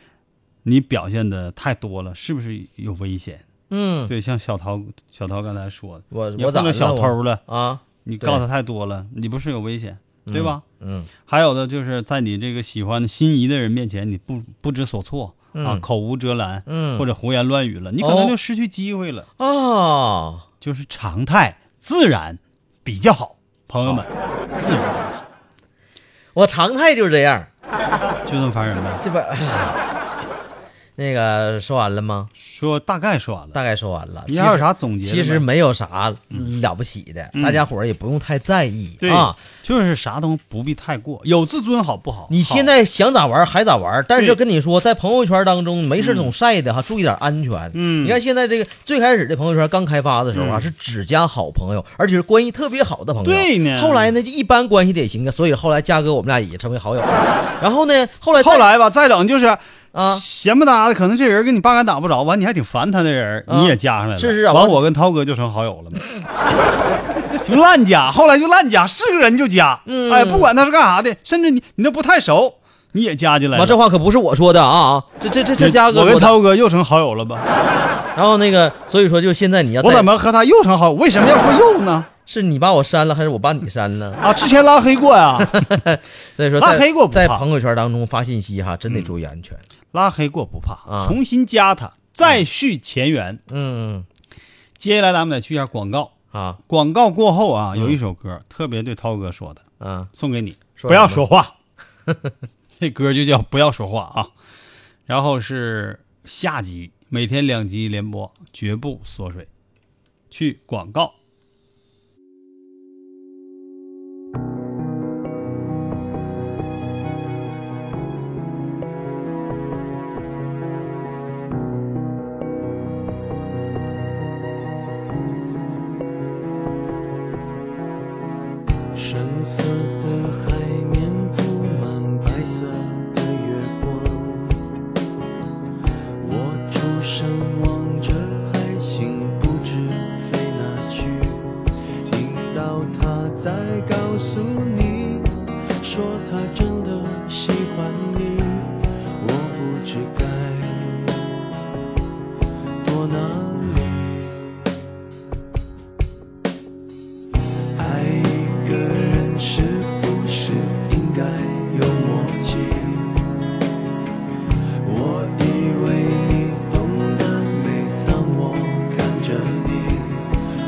Speaker 5: 你表现的太多了，是不是有危险？
Speaker 6: 嗯，
Speaker 5: 对，像小桃，小桃刚才说的，
Speaker 6: 我
Speaker 5: 你
Speaker 6: 我咋
Speaker 5: 碰到
Speaker 6: 了
Speaker 5: 小偷了？
Speaker 6: 我啊？
Speaker 5: 你
Speaker 6: 对
Speaker 5: 告他太多了，你不是有危险，对吧？
Speaker 6: 嗯
Speaker 5: 还有的就是在你这个喜欢心仪的人面前，你不不知所措、啊，口无遮拦，
Speaker 6: 嗯
Speaker 5: 或者胡言乱语了，你可
Speaker 6: 哦
Speaker 5: 能就失去机会了。
Speaker 6: 啊，
Speaker 5: 就是常态自然比较好，朋友们，自然
Speaker 6: 我常态就是这样，
Speaker 5: 就这么烦人呗。
Speaker 6: 这不，哎 *laughs* 那个说完了吗？
Speaker 5: 说大概说完了，
Speaker 6: 大概说完了。
Speaker 5: 你
Speaker 6: 其
Speaker 5: 还有
Speaker 6: 实
Speaker 5: 啥总结的
Speaker 6: 其实
Speaker 5: 吗
Speaker 6: 没有啥了不起的，大家伙儿也不用太在意
Speaker 5: 对
Speaker 6: 啊。，
Speaker 5: 就是啥东西不必太过，有自尊好不好？
Speaker 6: 你现在想咋玩儿还咋玩儿，但是
Speaker 5: 对
Speaker 6: 跟你说，在朋友圈当中没事总晒的哈，注意点安全。
Speaker 5: 嗯
Speaker 6: 你看现在这个最开始的朋友圈刚开发的时候啊，是只加好朋友，而且是关系特别好的朋友。
Speaker 5: 对呢
Speaker 6: 后来呢，就一般关系得行啊，所以后来嘉哥我们俩也成为好友。然后呢，后 *laughs* 来再
Speaker 5: 好后来吧，再整就是
Speaker 6: 啊
Speaker 5: 闲不搭的，可能这人跟你八竿打不着，完你还挺烦他的人，
Speaker 6: 啊
Speaker 5: 你也加上来了，
Speaker 6: 是是啊
Speaker 5: 完
Speaker 6: 完
Speaker 5: 我跟涛哥就成好友了嘛， *laughs* 就乱加，后来就乱加，是个人就加，
Speaker 6: 嗯
Speaker 5: 哎，不管他是干啥的，甚至你你都不太熟，你也加进来了
Speaker 6: 完，这话可不是我说的啊，这这这这
Speaker 5: 你
Speaker 6: 嘉哥啊
Speaker 5: 我跟
Speaker 6: 说的
Speaker 5: 涛哥又成好友了吧？
Speaker 6: 然后那个，所以说就现在你要
Speaker 5: 我
Speaker 6: 再
Speaker 5: 怎么和他又成好友？为什么要说又
Speaker 6: *laughs*
Speaker 5: 呢？
Speaker 6: 是你把我删了，还是我把你删了？
Speaker 5: 啊，之前拉黑过
Speaker 6: *laughs*
Speaker 5: 呀，
Speaker 6: 所以说
Speaker 5: 拉
Speaker 6: 在
Speaker 5: 黑过不
Speaker 6: 在
Speaker 5: 怕
Speaker 6: 朋友圈当中发信息哈，真得注意安全。
Speaker 5: 拉黑过不怕，
Speaker 6: 啊
Speaker 5: 重新加他，再续前缘。
Speaker 6: 嗯
Speaker 5: 接下来咱们得去一下广告。
Speaker 6: 啊
Speaker 5: 广告过后啊，有一首
Speaker 6: 嗯
Speaker 5: 歌特别对涛哥说的，
Speaker 6: 啊，
Speaker 5: 送给你，
Speaker 6: 说
Speaker 5: 不要
Speaker 6: 什
Speaker 5: 说
Speaker 6: 么
Speaker 5: 话， *laughs* 这歌就叫不要说话啊。然后是下集，每天两集连播，绝不缩水。去广告，
Speaker 4: 深色的海面布满白色的月光，我出神望着海星，不知飞哪去。听到他在告诉你，说他真的喜欢你，我不知该躲哪里。爱一个人是不是应该有默契？我以为你懂得，每当我看着你，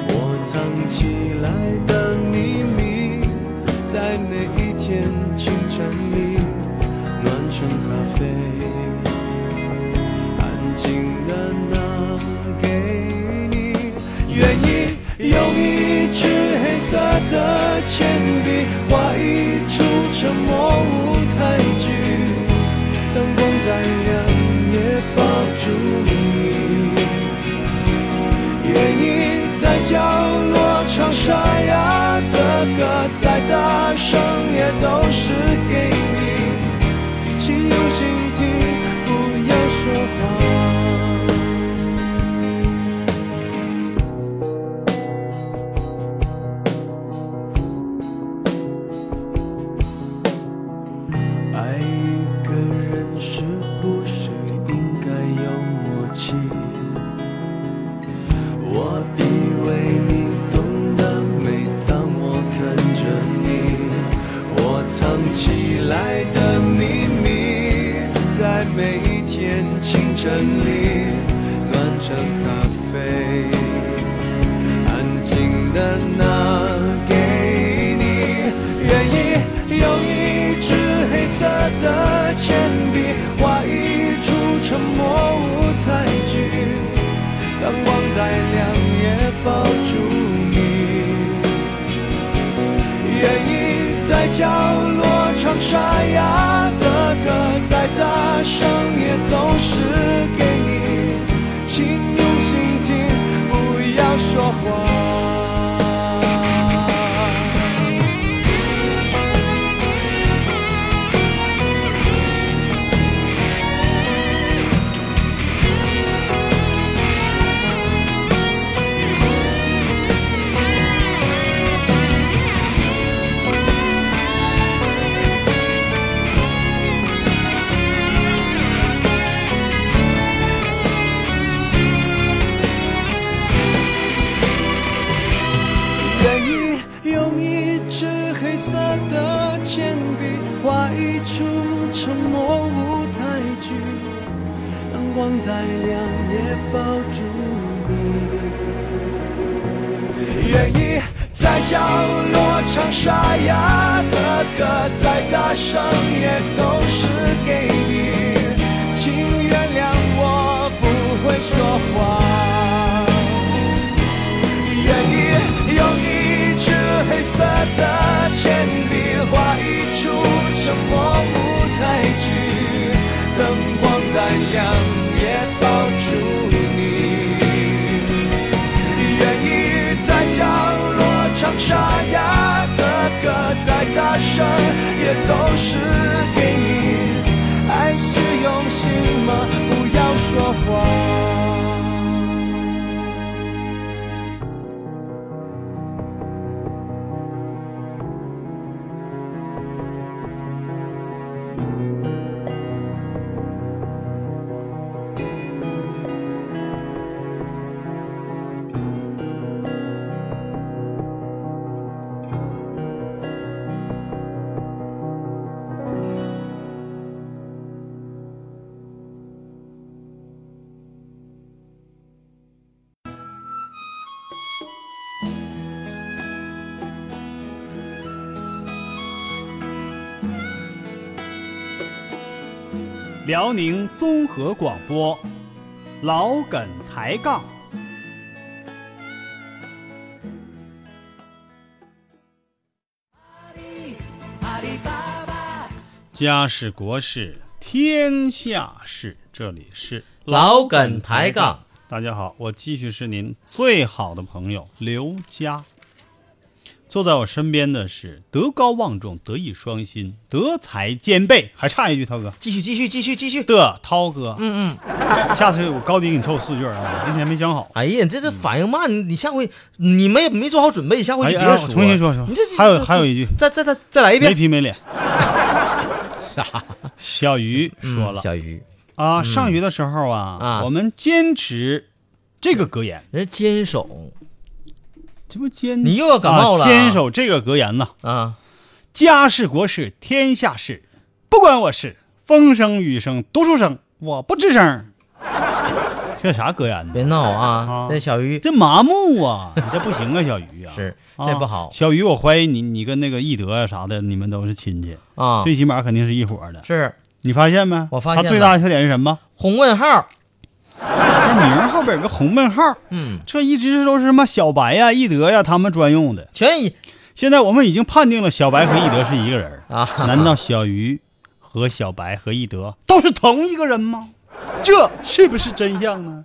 Speaker 4: 我藏起来的秘密，在每一天清晨里，暖成咖啡，安静的拿给你。愿意用一支黑色的铅笔，画一出沉默无猜忌。灯光再亮也抱住你。愿意在角落唱沙哑的歌，再大声也都是给你。请用心听，不要说话。爱一个人是不是应该有默契？我以为你懂得，每当我看着你，我藏起来的秘密，在每一天清晨里，暖成咖啡。安静的拿给你。愿意用一支黑色的铅笔，画一出沉默无猜忌。当光再亮，也抱住你。愿意在角落唱沙哑的歌，再大声也都是给你，请用心听，不要说话。愿意用一支黑色的铅笔，画一出沉默舞台剧。当光再亮，也抱住你。愿意在角落唱沙哑的歌，再大声也都是给你。请原谅我。说谎。愿意用一支黑色的铅笔画一出沉默舞台剧，灯光再亮也抱住你。愿意在角落唱沙哑的歌，再大声也都是给你。爱是用心吗？不要说谎。
Speaker 5: 辽宁综合广播，老梗抬杠。家事国事天下事，这里是
Speaker 6: 老梗抬杠。
Speaker 5: 大家好，我继续是您最好的朋友刘佳。坐在我身边的是德高望重、德艺双馨、德才兼备，还差一句，涛哥。
Speaker 6: 继续继续继续继续。
Speaker 5: 的涛哥，
Speaker 6: 嗯嗯。
Speaker 5: 下次我高低给你凑四句儿啊，我今天没讲好。
Speaker 6: 哎呀，你这这反应慢，你你下回你没没做好准备，下回
Speaker 5: 哎
Speaker 6: 就
Speaker 5: 呀，
Speaker 6: 别
Speaker 5: 哎呀
Speaker 6: 说。
Speaker 5: 我重新说说
Speaker 6: 你这，
Speaker 5: 还有
Speaker 6: 这
Speaker 5: 还有一句，
Speaker 6: 再再再再来一
Speaker 5: 没
Speaker 6: 遍。
Speaker 5: 皮没脸。
Speaker 6: 啥？
Speaker 5: 小鱼说了
Speaker 6: 嗯小鱼，
Speaker 5: 啊，上学的时候啊
Speaker 6: 啊，
Speaker 5: 我们坚持这个格言，
Speaker 6: 人家坚守
Speaker 5: 这不坚
Speaker 6: 你又要感冒了
Speaker 5: 嗯啊坚守这个格言呐，
Speaker 6: 啊，
Speaker 5: 家事国事天下事，不关我事，风声雨声读书声，我不吱
Speaker 6: *laughs*
Speaker 5: 声。这啥格言呢？
Speaker 6: 别闹
Speaker 5: 啊
Speaker 6: 啊！这小鱼
Speaker 5: 这麻木
Speaker 6: *laughs*
Speaker 5: 啊，你这不行啊，小鱼啊，
Speaker 6: 是
Speaker 5: 啊
Speaker 6: 这不好
Speaker 5: 小鱼，我怀疑你，你跟那个易德啊啥的，你们都是亲戚，
Speaker 6: 啊，
Speaker 5: 最起码肯定是一伙儿的。
Speaker 6: 是
Speaker 5: 你发现没？
Speaker 6: 我发现
Speaker 5: 他最大的特点是什么？
Speaker 6: 红问号。
Speaker 5: 他名儿后边有个红问号，
Speaker 6: 嗯，
Speaker 5: 这一直都是什么小白呀、易德呀他们专用的。
Speaker 6: 全以
Speaker 5: 现在我们已经判定了小白和易德是一个人儿
Speaker 6: 啊
Speaker 5: 难道小鱼和小白和易德都是同一个人吗？这是不是真相呢？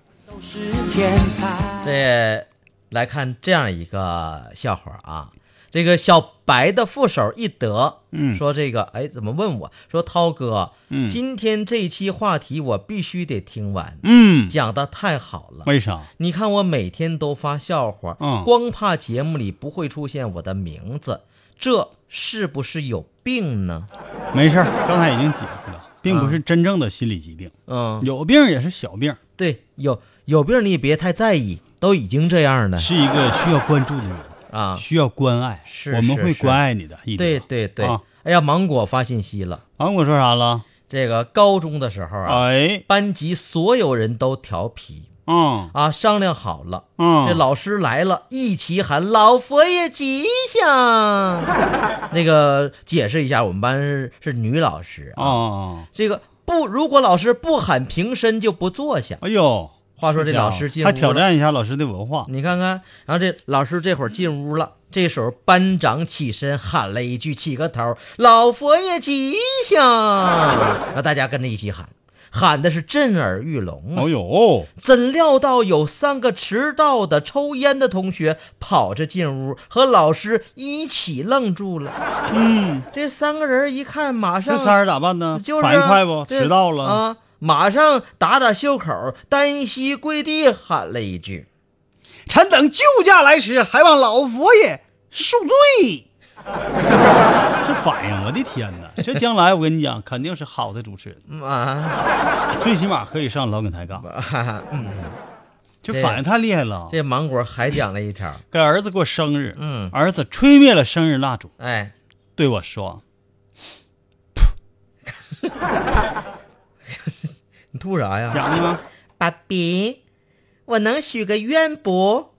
Speaker 6: 这来看这样一个笑话啊，这个小白的副手一德，
Speaker 5: 嗯
Speaker 6: 说这个哎怎么问我说涛哥，
Speaker 5: 嗯
Speaker 6: 今天这一期话题我必须得听完，
Speaker 5: 嗯，
Speaker 6: 讲的太好了。
Speaker 5: 为啥？
Speaker 6: 你看我每天都发笑话，
Speaker 5: 嗯
Speaker 6: 光怕节目里不会出现我的名字，这是不是有病呢？
Speaker 5: 没事儿，刚才已经解释了，并不是真正的心理疾病，
Speaker 6: 嗯，
Speaker 5: 有病也是小病，
Speaker 6: 对，有有病你也别太在意，都已经这样了
Speaker 5: 是一个需要关注的人，
Speaker 6: 啊。
Speaker 5: 需要关爱，
Speaker 6: 是
Speaker 5: 我们会
Speaker 6: 是是
Speaker 5: 关爱你的。易德
Speaker 6: 对对对，
Speaker 5: 啊
Speaker 6: 哎呀，芒果发信息了。
Speaker 5: 啊，我说啥了？
Speaker 6: 这个高中的时候啊，
Speaker 5: 哎，
Speaker 6: 班级所有人都调皮
Speaker 5: 嗯
Speaker 6: 啊，商量好了，
Speaker 5: 嗯，
Speaker 6: 这老师来了，一起喊“老佛爷吉 *laughs* 祥”。那个解释一下，我们班是是女老师啊，
Speaker 5: 哦，
Speaker 6: 这个不，如果老师不喊平身就不坐下。
Speaker 5: 哎呦，
Speaker 6: 话说这老师进屋
Speaker 5: 还
Speaker 6: 了
Speaker 5: 挑，战一下老师的文化，
Speaker 6: 你看看，然后这老师这会儿进屋了，这时候班长起身喊了一句，起个头，老佛爷吉
Speaker 5: *laughs*
Speaker 6: 祥，然后大家跟着一起喊，喊的是震耳欲聋
Speaker 5: 哎！
Speaker 6: 啊
Speaker 5: 呦，
Speaker 6: 怎料到有三个迟到的抽烟的同学跑着进屋，和老师一起愣住了。
Speaker 5: 嗯，
Speaker 6: 这三个人一看，马上
Speaker 5: 这仨人咋办呢？
Speaker 6: 就是啊
Speaker 5: 反应快不？
Speaker 6: 对
Speaker 5: 迟到了，
Speaker 6: 啊！马上打打袖口，单膝跪地喊了一句
Speaker 5: 臣等救驾来迟，还望老佛爷恕罪。这反应，啊我的天哪！这将来我跟你讲，肯定是好的主持人，
Speaker 6: 嗯啊 *laughs*
Speaker 5: 最起码可以上老梗抬杠。
Speaker 6: 哈哈！嗯
Speaker 5: 这
Speaker 6: 对
Speaker 5: 反应太厉害了。
Speaker 6: 这芒果还讲了一条，
Speaker 5: 给儿子过生日，
Speaker 6: 嗯
Speaker 5: 儿子吹灭了生日蜡烛，
Speaker 6: 哎，
Speaker 5: 对我说
Speaker 6: 你吐啥：“呀？
Speaker 5: 讲啊，
Speaker 6: 爸比，我能许个愿不？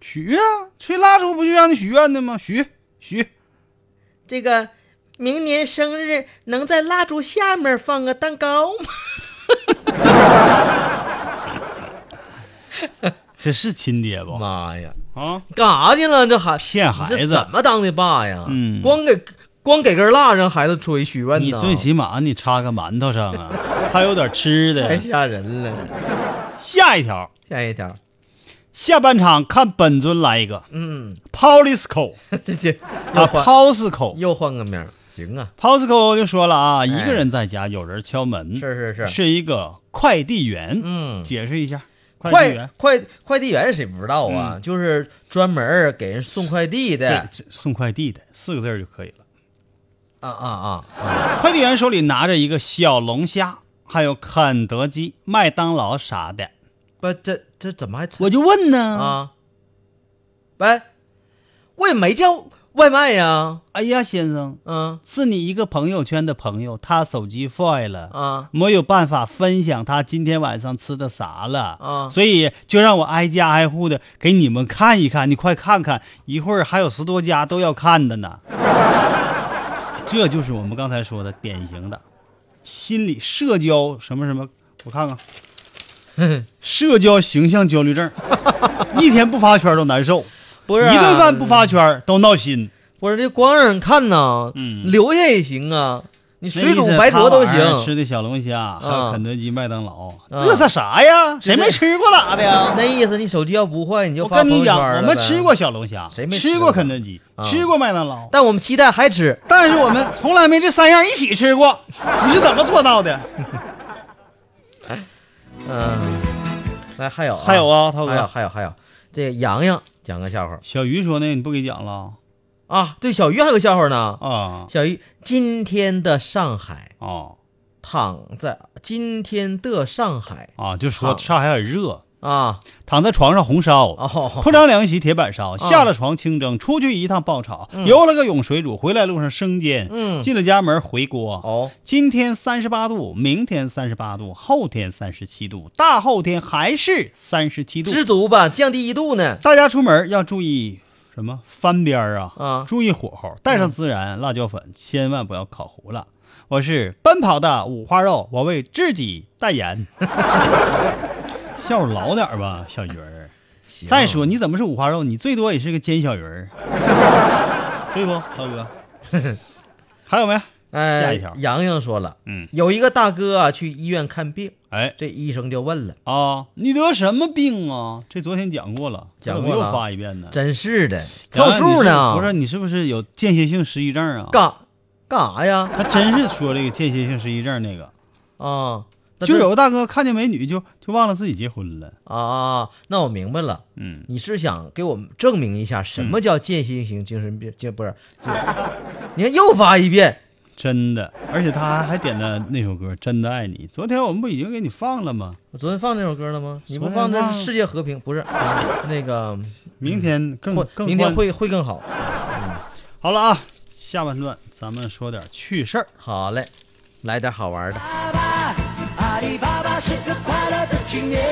Speaker 5: 许啊，吹蜡烛不就让你许愿的吗？许许，
Speaker 6: 这个明年生日能在
Speaker 5: *laughs*
Speaker 6: 蜡烛下面放个蛋糕吗？
Speaker 5: 这是亲爹不？
Speaker 6: 妈呀，
Speaker 5: 啊，
Speaker 6: 干啥去了？这孩
Speaker 5: 骗孩子
Speaker 6: 这怎么当的爸呀？
Speaker 5: 嗯
Speaker 6: 光给光给根蜡让孩子吹许愿呢，
Speaker 5: 你最起码你插个馒头上
Speaker 6: *laughs*
Speaker 5: 啊，还有点吃
Speaker 6: 太
Speaker 5: 的。
Speaker 6: 吓人了。
Speaker 5: 下一条，
Speaker 6: 下一条，
Speaker 5: 下半场看本尊来一个
Speaker 6: 嗯，
Speaker 5: Polisco
Speaker 6: *laughs* 这这又
Speaker 5: 啊
Speaker 6: 换、
Speaker 5: ，Posco。
Speaker 6: 又换个名儿，行啊，
Speaker 5: Posco 就说了啊，一
Speaker 6: 哎
Speaker 5: 个人在家，有人敲门，
Speaker 6: 是是是
Speaker 5: 是一个快递员。
Speaker 6: 嗯
Speaker 5: 解释一下，递
Speaker 6: 快
Speaker 5: 员嗯
Speaker 6: 快快递员谁不知道啊？就是专门儿给人送快递的
Speaker 5: 对，这送快递的四个字儿就可以了。
Speaker 6: 啊啊啊！
Speaker 5: 快递员手里拿着一个小龙虾，还有肯德基、麦当劳啥的。
Speaker 6: 不，这这怎么还猜
Speaker 5: 我就问呢，
Speaker 6: 啊？喂，我也没叫外卖呀，
Speaker 5: 哎呀，先生，
Speaker 6: 嗯
Speaker 5: 是你一个朋友圈的朋友，他手机坏了，
Speaker 6: 啊
Speaker 5: 没有办法分享他今天晚上吃的啥了，
Speaker 6: 啊
Speaker 5: 所以就让我挨家挨户的给你们看一看，你快看看，一会儿还有十多家都要看的
Speaker 6: *laughs*
Speaker 5: 呢。这就是我们刚才说的典型的心理社交什么什么，我看
Speaker 6: *laughs*
Speaker 5: 看，社交形象焦虑症，一天不发圈都难受，
Speaker 6: 不是啊
Speaker 5: 一顿饭不发圈都闹心。
Speaker 6: 不是这光让人看呐，
Speaker 5: 嗯
Speaker 6: 留下也行啊，你
Speaker 5: 那
Speaker 6: 水
Speaker 5: 意
Speaker 6: 煮
Speaker 5: 思
Speaker 6: 白
Speaker 5: 他
Speaker 6: 灼都
Speaker 5: 晚上
Speaker 6: 行。啊
Speaker 5: 吃的小龙虾，还有肯德基、麦当劳，
Speaker 6: 嗯
Speaker 5: 嘚瑟啥呀？谁
Speaker 6: 是
Speaker 5: 没吃过咋的呀？
Speaker 6: 那意思你手机要不坏，你就
Speaker 5: 我
Speaker 6: 发
Speaker 5: 跟
Speaker 6: 朋友
Speaker 5: 你
Speaker 6: 圈
Speaker 5: 讲，
Speaker 6: 了
Speaker 5: 我们
Speaker 6: 呗
Speaker 5: 吃过，小龙虾，
Speaker 6: 谁没吃
Speaker 5: 吃
Speaker 6: 过
Speaker 5: 过肯德基
Speaker 6: 啊，
Speaker 5: 吃过麦当劳，
Speaker 6: 但我们期待还吃。
Speaker 5: 但是我们从来没这三样一起吃
Speaker 6: *laughs*
Speaker 5: 过。你是怎么做到的？
Speaker 6: 嗯，来还有啊
Speaker 5: 还有啊涛哥
Speaker 6: 还有还有还有，这洋洋讲个笑话
Speaker 5: 小鱼说呢，你不给讲了
Speaker 6: 啊，对，小鱼还有个笑话呢。
Speaker 5: 啊？
Speaker 6: 小鱼，今天的上海
Speaker 5: 哦
Speaker 6: 躺在今天的上海
Speaker 5: 啊，就说
Speaker 6: 好
Speaker 5: 上海很热，
Speaker 6: 啊
Speaker 5: 躺在床上红烧。
Speaker 6: 哦啊
Speaker 5: 铺张凉席，铁板烧，下了床清蒸，出去一趟爆炒，游了个泳水煮，回来路上生煎，
Speaker 6: 嗯
Speaker 5: 进了家门回锅，
Speaker 6: 哦，
Speaker 5: 今天三十八度，明天三十八度，后天三十七度，大后天还是三十七度。
Speaker 6: 知足吧，降低一度呢。
Speaker 5: 大家出门要注意什么？翻边儿啊，
Speaker 6: 啊
Speaker 5: 注意火候，带上孜然、辣椒粉，千万不要烤糊了。我是奔跑的五花肉，我为自己代言。 *laughs* 笑话老点儿吧，小鱼儿。再说你怎么是五花肉？你最多也是个煎小鱼儿， *laughs* 对不，涛哥？ *laughs* 还有没？
Speaker 6: 哎，
Speaker 5: 下一条
Speaker 6: 洋洋说了，
Speaker 5: 嗯，
Speaker 6: 有一个大哥啊去医院看病，
Speaker 5: 哎，
Speaker 6: 这医生就问了，
Speaker 5: 啊，你得什么病啊？这昨天讲过了，
Speaker 6: 讲
Speaker 5: 怎么
Speaker 6: 过了
Speaker 5: 又发一遍呢？
Speaker 6: 真是的，
Speaker 5: 杨
Speaker 6: 凑
Speaker 5: 洋
Speaker 6: 数
Speaker 5: 你是不是，
Speaker 6: 呢
Speaker 5: 你是不是有间歇性失忆症啊？
Speaker 6: 干干啥呀？
Speaker 5: 他真是说这个间歇性失忆症那个，
Speaker 6: 啊，那
Speaker 5: 就
Speaker 6: 这
Speaker 5: 有个大哥看见美女就就忘了自己结婚了。
Speaker 6: 啊，那我明白了。
Speaker 5: 嗯，
Speaker 6: 你是想给我们证明一下什么叫间歇性精神病？这不是，这 *laughs* 你看又发一遍，
Speaker 5: 真的，而且他还还点了那首歌《真的爱你》。昨天我们不已经给你放了吗？
Speaker 6: 我昨天放这首歌了吗？你不
Speaker 5: 昨天
Speaker 6: 放那
Speaker 5: 放
Speaker 6: 是世界和平，不是、啊那个
Speaker 5: 明天更
Speaker 6: 嗯会，
Speaker 5: 更
Speaker 6: 明天
Speaker 5: 欢
Speaker 6: 会会更好。
Speaker 5: 好了啊。下半段咱们说点趣事儿。
Speaker 6: 好嘞，来点好玩的。
Speaker 4: 阿里巴巴是个快乐的青年。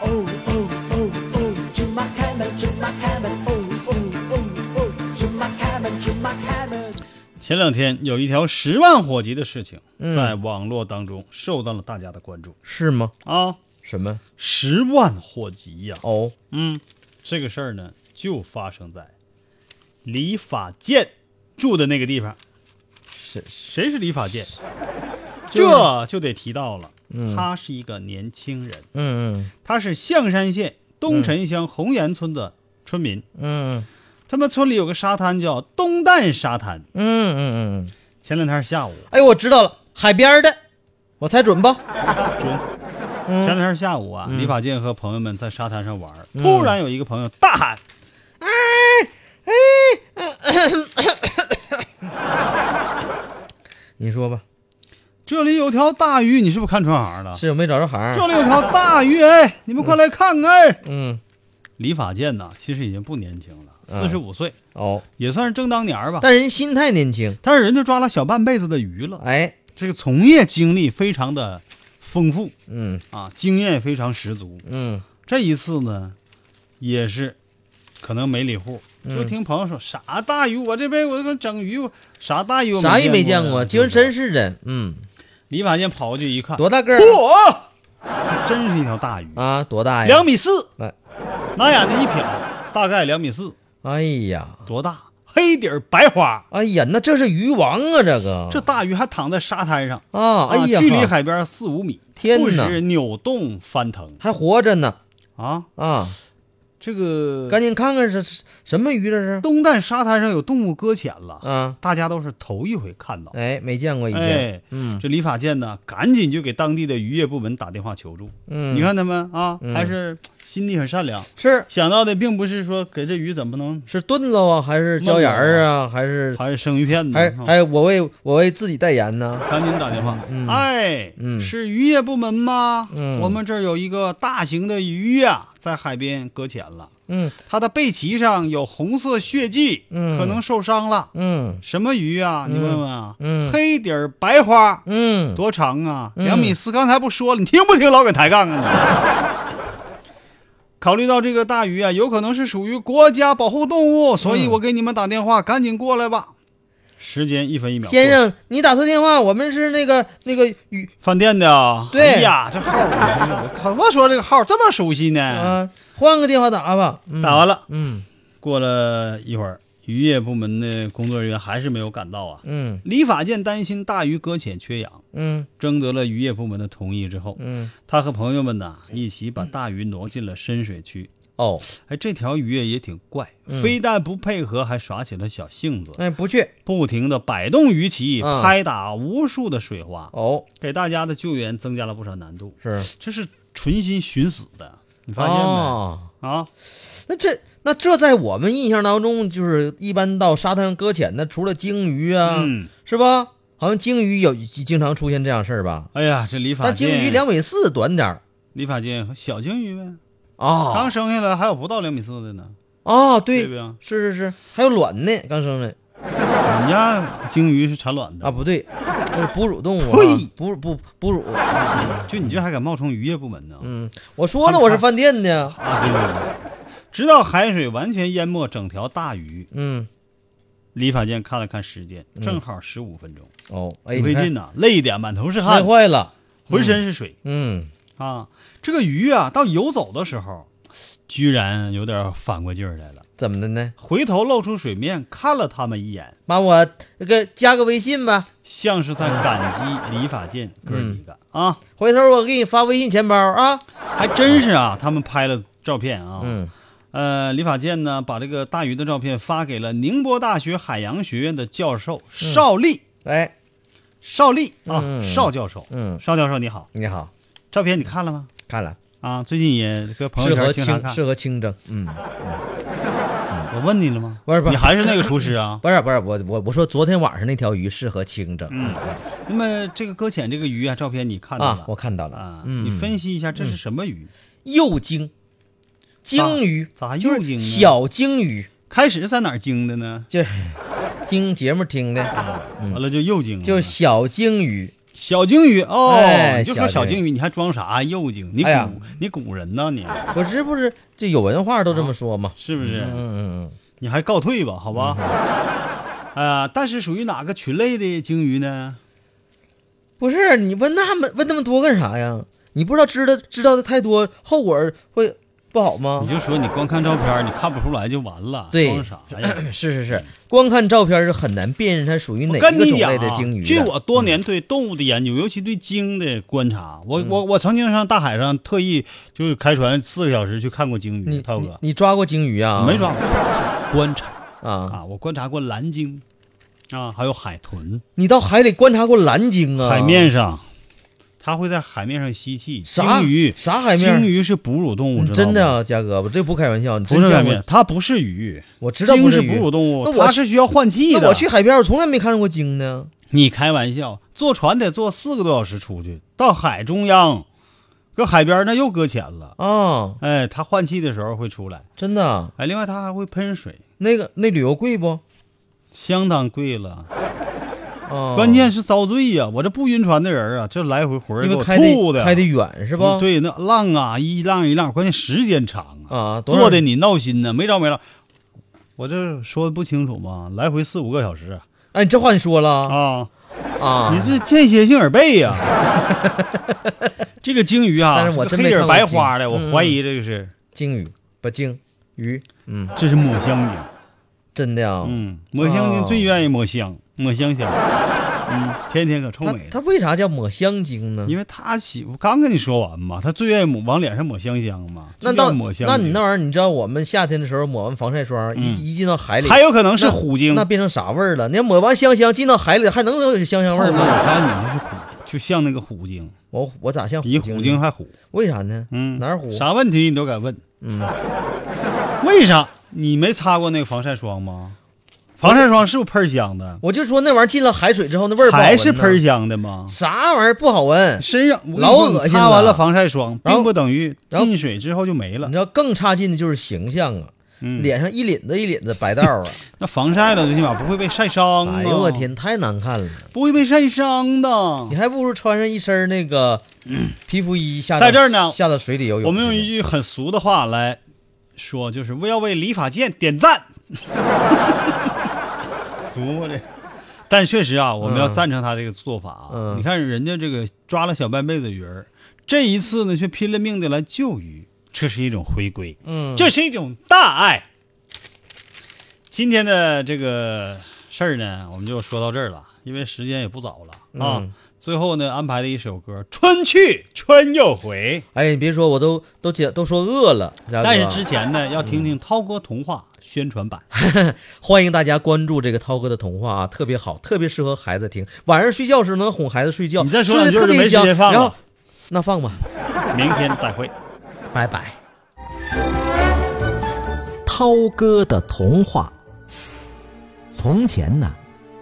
Speaker 4: 哦哦哦哦，芝麻开门，芝麻开门，哦哦哦哦，芝麻开门，芝麻开门。
Speaker 5: 前两天有一条十万火急的事情，
Speaker 6: 嗯
Speaker 5: 在网络当中受到了大家的关注
Speaker 6: 是吗？
Speaker 5: 啊。
Speaker 6: 什么？
Speaker 5: 十万火急呀、
Speaker 6: 哦，
Speaker 5: 嗯，这个事儿呢，就发生在李法健住的那个地方。
Speaker 6: 是
Speaker 5: 谁是李法健？
Speaker 6: 就
Speaker 5: 这就得提到了，他是一个年轻人，
Speaker 6: 嗯
Speaker 5: 他是象山县东陈乡红岩村的村民。
Speaker 6: 嗯嗯
Speaker 5: 他们村里有个沙滩叫东旦沙滩。
Speaker 6: 嗯嗯嗯嗯。
Speaker 5: 前两天下午，
Speaker 6: 哎，我知道了，海边儿的，我猜准不？
Speaker 5: 中前两天下午啊，
Speaker 6: 嗯
Speaker 5: 李法健和朋友们在沙滩上玩儿，
Speaker 6: 嗯
Speaker 5: 突然有一个朋友大喊：“
Speaker 6: 你说吧，
Speaker 5: 这里有条大鱼！”你是不是看穿行了？
Speaker 6: 是我没找着行儿。
Speaker 5: 这里有条大鱼，哎，你们快来看看！哎，
Speaker 6: 嗯，
Speaker 5: 李法健呐，其实已经不年轻了，
Speaker 6: 嗯
Speaker 5: 四十五岁，
Speaker 6: 哦，
Speaker 5: 也算是正当年儿吧。
Speaker 6: 但人心态年轻。
Speaker 5: 但是人家抓了小半辈子的鱼了，
Speaker 6: 哎，
Speaker 5: 这个从业经历非常的丰富
Speaker 6: 嗯
Speaker 5: 啊，经验也非常十足。
Speaker 6: 嗯
Speaker 5: 这一次呢，也是可能没理户，就听朋友说啥大鱼，我这边我这整鱼，我啥大鱼我
Speaker 6: 啥也没见
Speaker 5: 过
Speaker 6: 过，
Speaker 5: 呀，
Speaker 6: 今
Speaker 5: 是
Speaker 6: 儿
Speaker 5: 不是
Speaker 6: 真是的。嗯，
Speaker 5: 李法健跑过去一看，
Speaker 6: 多大个儿啊？
Speaker 5: 嚯，还真是一条大鱼，
Speaker 6: 啊，多大呀？
Speaker 5: 两。米四，
Speaker 6: 哎
Speaker 5: 拿眼睛一瞟，大概两米四，
Speaker 6: 哎呀，
Speaker 5: 多大？黑底儿白花，
Speaker 6: 哎呀，那这是鱼王啊，这个
Speaker 5: 这大鱼还躺在沙滩上
Speaker 6: 啊，哎呀，
Speaker 5: 距离海边四五米，
Speaker 6: 天
Speaker 5: 不
Speaker 6: 哪
Speaker 5: 时扭动翻腾
Speaker 6: 还活着呢
Speaker 5: 啊！
Speaker 6: 啊！
Speaker 5: 这个
Speaker 6: 赶紧看看是是什么鱼这是
Speaker 5: 东旦沙滩上有动物搁浅了，
Speaker 6: 啊？
Speaker 5: 大家都是头一回看到。
Speaker 6: 哎，没见过以前，
Speaker 5: 哎，
Speaker 6: 嗯
Speaker 5: 这李法建呢，赶紧就给当地的渔业部门打电话求助。
Speaker 6: 嗯，
Speaker 5: 你看他们啊，
Speaker 6: 嗯
Speaker 5: 还是心地很善良，
Speaker 6: 是
Speaker 5: 想到的并不是说给这鱼怎么能
Speaker 6: 是炖喽啊，还是椒盐儿啊，还是
Speaker 5: 还是生鱼片呢？
Speaker 6: 还
Speaker 5: 啊
Speaker 6: 还我为我为自己代言呢？
Speaker 5: 赶紧打电话
Speaker 6: 嗯。
Speaker 5: 哎，
Speaker 6: 嗯
Speaker 5: 是渔业部门吗？
Speaker 6: 嗯
Speaker 5: 我们这儿有一个大型的鱼呀，在海边搁浅了，
Speaker 6: 嗯
Speaker 5: 它的背鳍上有红色血迹，
Speaker 6: 嗯
Speaker 5: 可能受伤了。
Speaker 6: 嗯
Speaker 5: 什么鱼啊？你问问啊。
Speaker 6: 嗯
Speaker 5: 黑底儿白花，
Speaker 6: 嗯，
Speaker 5: 多长啊？
Speaker 6: 嗯
Speaker 5: 两米四。刚才不说了，你听不听老梗抬杠啊你？ *laughs* 考虑到这个大鱼啊，有可能是属于国家保护动物，所以
Speaker 6: 嗯
Speaker 5: 我给你们打电话，赶紧过来吧。时间一分一秒。
Speaker 6: 先，生，你打错电话，我们是那个那个鱼
Speaker 5: 饭店的啊？
Speaker 6: 对
Speaker 5: 哎呀，这号儿我真是，我靠，我说这个号儿这么熟悉呢。
Speaker 6: 啊，换个电话打吧。嗯
Speaker 5: 哎打完了，
Speaker 6: 嗯
Speaker 5: 过了一会儿，渔业部门的工作人员还是没有赶到啊。
Speaker 6: 嗯
Speaker 5: 李法建担心大鱼搁浅缺氧，
Speaker 6: 嗯
Speaker 5: 征得了渔业部门的同意之后，
Speaker 6: 嗯，
Speaker 5: 他和朋友们呢一起把大鱼挪进了深水区。
Speaker 6: 哦，
Speaker 5: 哎，这条鱼也挺怪，
Speaker 6: 嗯
Speaker 5: 非但不配合，还耍起了小性子，
Speaker 6: 哎，不去
Speaker 5: 不停地摆动鱼鳍，
Speaker 6: 嗯
Speaker 5: 拍打无数的水花，
Speaker 6: 哦，
Speaker 5: 给大家的救援增加了不少难度。
Speaker 6: 是
Speaker 5: 这是存心寻死的，你发现没？
Speaker 6: 哦。
Speaker 5: 啊，
Speaker 6: 那这那这在我们印象当中，就是一般到沙滩上搁浅的，除了鲸鱼啊，
Speaker 5: 嗯，
Speaker 6: 是吧？好像鲸鱼有经常出现这样事儿吧？
Speaker 5: 哎呀，这李法
Speaker 6: 但鲸
Speaker 5: 健，
Speaker 6: 鱼两米四短点儿
Speaker 5: 李法健和小鲸鱼呗，
Speaker 6: 啊
Speaker 5: 刚生下来还有不到两米四的呢。
Speaker 6: 啊，
Speaker 5: 对不对
Speaker 6: 是是是，还有卵呢，刚生的
Speaker 5: 我们家鲸鱼是产卵的
Speaker 6: 啊，，不对，这是哺乳动物、
Speaker 5: 呸
Speaker 6: 啊，哺乳哺哺乳，
Speaker 5: 就你这还敢冒充渔业部门呢？
Speaker 6: 嗯，我说了我是饭店的，
Speaker 5: 啊，对对对，直到海水完全淹没整条大鱼，
Speaker 6: 嗯，
Speaker 5: 李法健看了看时间，正好十五分钟，
Speaker 6: 哦，嗯哎，
Speaker 5: 不费
Speaker 6: 你看
Speaker 5: 劲呐，累的满头是
Speaker 6: 累
Speaker 5: 汗，
Speaker 6: 坏了，
Speaker 5: 浑身是水
Speaker 6: 嗯，
Speaker 5: 啊。这个鱼啊，到游走的时候，居然有点反过劲儿来了，
Speaker 6: 怎么的呢？
Speaker 5: 回头露出水面看了他们一眼，
Speaker 6: 把我那个加个微信吧，
Speaker 5: 像是在感激李法
Speaker 6: 嗯
Speaker 5: 健哥几个啊。
Speaker 6: 回头我给你发微信钱包啊，
Speaker 5: 还真是啊，他们拍了照片啊。
Speaker 6: 嗯。
Speaker 5: 呃，李法健呢，把这个大鱼的照片发给了宁波大学海洋学院的教授邵力，
Speaker 6: 哎，
Speaker 5: 邵力啊，
Speaker 6: 嗯
Speaker 5: 邵教授，
Speaker 6: 嗯
Speaker 5: 邵教授你好，
Speaker 6: 你好，
Speaker 5: 照片你看了吗？
Speaker 6: 看了，
Speaker 5: 啊，最近也搁朋
Speaker 6: 适
Speaker 5: 友圈
Speaker 6: 合
Speaker 5: 经常
Speaker 6: 清
Speaker 5: 看。
Speaker 6: 适合清蒸，嗯，
Speaker 5: 我问你了吗？
Speaker 6: 不是不是
Speaker 5: 你还是那个厨师
Speaker 6: *laughs*
Speaker 5: 啊？
Speaker 6: 不是不是，我我我说昨天晚上那条鱼适合清蒸，
Speaker 5: 嗯那么这个搁浅这个鱼啊，照片你看到
Speaker 6: 啊
Speaker 5: 了，
Speaker 6: 我看到了，
Speaker 5: 啊？
Speaker 6: 嗯，
Speaker 5: 你分析一下这是什么鱼？
Speaker 6: 幼鲸，鲸鱼
Speaker 5: 咋
Speaker 6: 就
Speaker 5: 幼
Speaker 6: 是
Speaker 5: 鲸呢？
Speaker 6: 小鲸鱼，
Speaker 5: 开始在哪儿经的呢？
Speaker 6: 就是听节目听
Speaker 5: 嗯
Speaker 6: 的，
Speaker 5: 完了就幼鲸了，
Speaker 6: 嗯就是小鲸鱼，
Speaker 5: 小鲸鱼哦，
Speaker 6: 哎
Speaker 5: 你就说
Speaker 6: 小
Speaker 5: 小
Speaker 6: 鲸鱼
Speaker 5: 鲸鱼，你还装啥幼鲸？你古、
Speaker 6: 哎呀
Speaker 5: 你古人呢你？
Speaker 6: 我是不是这有文化都这么说嘛？
Speaker 5: 是不是？
Speaker 6: 嗯嗯
Speaker 5: 你还告退吧，好吧？啊、但是属于哪个群类的鲸鱼呢？
Speaker 6: 嗯，不是你问那么问那么多干啥呀？你不知道知道知道的太多，后果会不好吗
Speaker 5: 你？就说你光看照片儿，你看不出来就完了，
Speaker 6: 对
Speaker 5: 装
Speaker 6: *clears throat*
Speaker 5: 啥哎呀？
Speaker 6: 是是是，光看照片是很难辨认它属于哪
Speaker 5: 我
Speaker 6: 一个
Speaker 5: 跟你
Speaker 6: 种
Speaker 5: 讲、
Speaker 6: 类
Speaker 5: 啊
Speaker 6: 的鲸鱼，的。嗯
Speaker 5: 据我多年对动物的研究，尤其对鲸的观察，我、我我曾经上大海上特意就是开船四个小时去看过鲸
Speaker 6: 你
Speaker 5: 鱼，涛哥
Speaker 6: 你你抓过鲸鱼啊？
Speaker 5: 没抓过，观察
Speaker 6: 啊？
Speaker 5: 啊，我观察过蓝鲸啊，还有海豚，
Speaker 6: 你到海里观察过蓝鲸啊？
Speaker 5: 海面上，它会在海面上吸气。
Speaker 6: 啥
Speaker 5: 鲸鱼
Speaker 6: 啥海面？
Speaker 5: 鲸鱼是哺乳动物，
Speaker 6: 嗯
Speaker 5: 知道
Speaker 6: 真
Speaker 5: 吗
Speaker 6: 的，啊，嘉哥，我这不开玩笑，你
Speaker 5: 不
Speaker 6: 真
Speaker 5: 是海
Speaker 6: 见
Speaker 5: 面
Speaker 6: 过？，
Speaker 5: 它不是鱼，
Speaker 6: 我知道
Speaker 5: 鲸
Speaker 6: 不
Speaker 5: 是
Speaker 6: 鱼
Speaker 5: 哺乳动物，
Speaker 6: 那我
Speaker 5: 它是需要换气的。
Speaker 6: 那我去，海边，我从来没看过鲸呢。
Speaker 5: 你开玩笑，坐船得坐四个多小时出去，到海中央，搁海边那又搁浅了。
Speaker 6: 啊，
Speaker 5: 哎，它换气的时候会出来。
Speaker 6: 真的啊，
Speaker 5: 哎，另外它还会喷水，
Speaker 6: 那个那旅游贵不？
Speaker 5: 相当贵了。
Speaker 6: 啊，
Speaker 5: 关键是遭罪呀、我这不晕船的人啊，这来回活儿
Speaker 6: 因
Speaker 5: 给
Speaker 6: 为
Speaker 5: 我
Speaker 6: 开
Speaker 5: 吐
Speaker 6: 的
Speaker 5: 的，
Speaker 6: 开的远是吧？
Speaker 5: 对，那浪啊，一浪一浪，关键时间长啊，
Speaker 6: 啊，多少
Speaker 5: 坐的你闹心呢，没着没了。我这说的不清楚吗？来回四五个小时啊，
Speaker 6: 哎，你这话你说了
Speaker 5: 啊
Speaker 6: 啊？ *laughs*
Speaker 5: 你这间歇性耳背呀、这个鲸鱼啊，
Speaker 6: 但是我
Speaker 5: 这个
Speaker 6: 真
Speaker 5: 黑底
Speaker 6: 没看
Speaker 5: 儿
Speaker 6: 过
Speaker 5: 白
Speaker 6: 鲸
Speaker 5: 花的，我
Speaker 6: 嗯
Speaker 5: 怀疑这个是
Speaker 6: 鲸鱼不鲸鱼，嗯，
Speaker 5: 这是抹香鲸。
Speaker 6: 真的啊。
Speaker 5: 嗯，抹香鲸最愿意抹香，抹香香。嗯，天天可臭
Speaker 6: 它
Speaker 5: 美
Speaker 6: 它为啥叫抹香鲸呢？
Speaker 5: 因为他喜，我刚跟你说完嘛，他最愿意抹往脸上抹香香嘛，
Speaker 6: 那
Speaker 5: 就叫
Speaker 6: 到
Speaker 5: 抹香
Speaker 6: 那
Speaker 5: 鲸
Speaker 6: 你那玩意儿，你知道我们夏天的时候抹完防晒霜，
Speaker 5: 嗯
Speaker 6: 一一进到海里，
Speaker 5: 还有可能是
Speaker 6: 那
Speaker 5: 虎鲸。
Speaker 6: 那变成啥味儿了？你抹完香香进到海里，还能有香香
Speaker 5: 后
Speaker 6: 味儿
Speaker 5: 来
Speaker 6: 吗？
Speaker 5: 我发现你是虎，就像那个虎鲸，
Speaker 6: 我我咋像
Speaker 5: 比
Speaker 6: 虎
Speaker 5: 虎
Speaker 6: 呢
Speaker 5: 鲸还虎。
Speaker 6: 为啥呢？
Speaker 5: 嗯，
Speaker 6: 哪儿虎？
Speaker 5: 啥问题你都敢问。
Speaker 6: 嗯，
Speaker 5: *laughs* 为啥你没擦过那个防晒霜吗？防晒霜是不是喷香的？
Speaker 6: 我就说那玩意儿进了海水之后，那味儿不好闻
Speaker 5: 还
Speaker 6: 呢
Speaker 5: 是喷香的吗？
Speaker 6: 啥玩意儿不好闻？
Speaker 5: 身上我跟你
Speaker 6: 老
Speaker 5: 说
Speaker 6: 恶
Speaker 5: 你
Speaker 6: 心
Speaker 5: 擦完
Speaker 6: 了
Speaker 5: 了防晒霜，
Speaker 6: 然后
Speaker 5: 并不等于
Speaker 6: 然后
Speaker 5: 进水之后就没了
Speaker 6: 你知。道更差劲的就是形象啊，
Speaker 5: 嗯，
Speaker 6: 脸上一领子一领子白道
Speaker 5: *laughs*
Speaker 6: 儿啊！
Speaker 5: 那防晒了，最起码不会被晒伤啊。
Speaker 6: 哎呦我天，太难看了！
Speaker 5: 不会被晒伤的。
Speaker 6: 你还不如穿上一身
Speaker 5: *clears throat*
Speaker 6: 那个皮肤衣下到
Speaker 5: 在这儿呢
Speaker 6: 下到水里游泳去。
Speaker 5: 我们用一句很俗的话来说，就是我要为理发店点
Speaker 6: *laughs*
Speaker 5: 赞。俗吗这？但确实啊，我们要
Speaker 6: 嗯
Speaker 5: 赞成他这个做法啊。
Speaker 6: 嗯
Speaker 5: 你看人家这个抓了小半辈子鱼儿，这一次呢却拼了命的来救鱼，这是一种回归，
Speaker 6: 嗯，
Speaker 5: 这是一种大爱。今天的这个事儿呢，我们就说到这儿了，因为时间也不早了啊。
Speaker 6: 嗯
Speaker 5: 最后呢，安排了一首歌《春去春又回》。
Speaker 6: 哎，你别说，我都都解都说饿了。大哥
Speaker 5: 但是之前呢，要听听涛哥童话宣传版。
Speaker 6: 欢迎大家关注这个涛哥的童话啊，特别好，特别适合孩子听。晚上睡觉时候能哄孩子睡觉，
Speaker 5: 你再说
Speaker 6: 睡得
Speaker 5: 两句
Speaker 6: 特别
Speaker 5: 就没时
Speaker 6: 香。
Speaker 5: 间放了
Speaker 6: 然后那放吧，
Speaker 5: 明天再会。
Speaker 6: 拜拜。涛哥的童话。从前呢，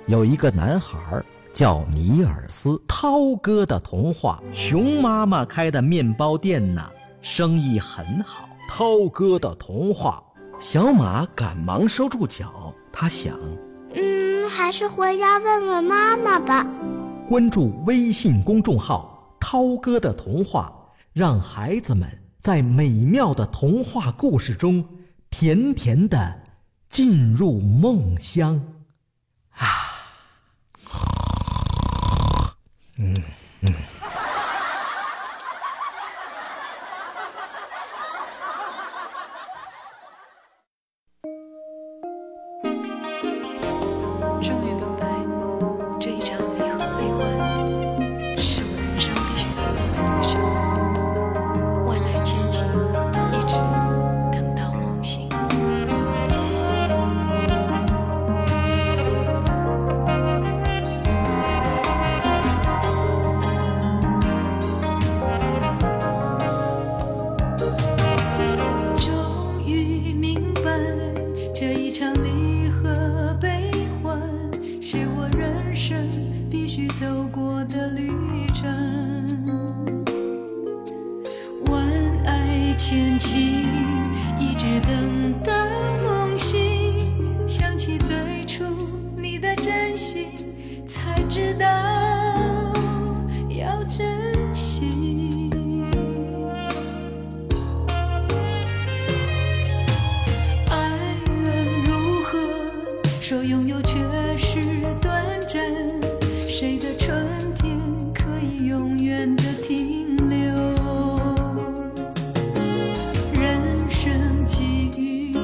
Speaker 6: 有一个男孩儿叫尼尔斯。涛哥的童话，熊妈妈开的面包店呢，生意很好。涛哥的童话，小马赶忙收住脚，他想。
Speaker 7: 嗯，还是回家问问妈妈吧。
Speaker 6: 关注微信公众号“涛哥的童话”，让孩子们在美妙的童话故事中甜甜的进入梦乡。啊，嗯嗯。
Speaker 8: 终于明白，这一场离合悲欢，是我人生必须走过的旅程。万籁千琴，一直等到梦醒。终于明白，这一场离合悲欢，是我人生必须走过的旅程。万爱千情，一直等到梦醒。想起最初你的真心，才知道要珍惜。爱人如何说拥有却是短暂？谁的春天可以永远的停留？人生际遇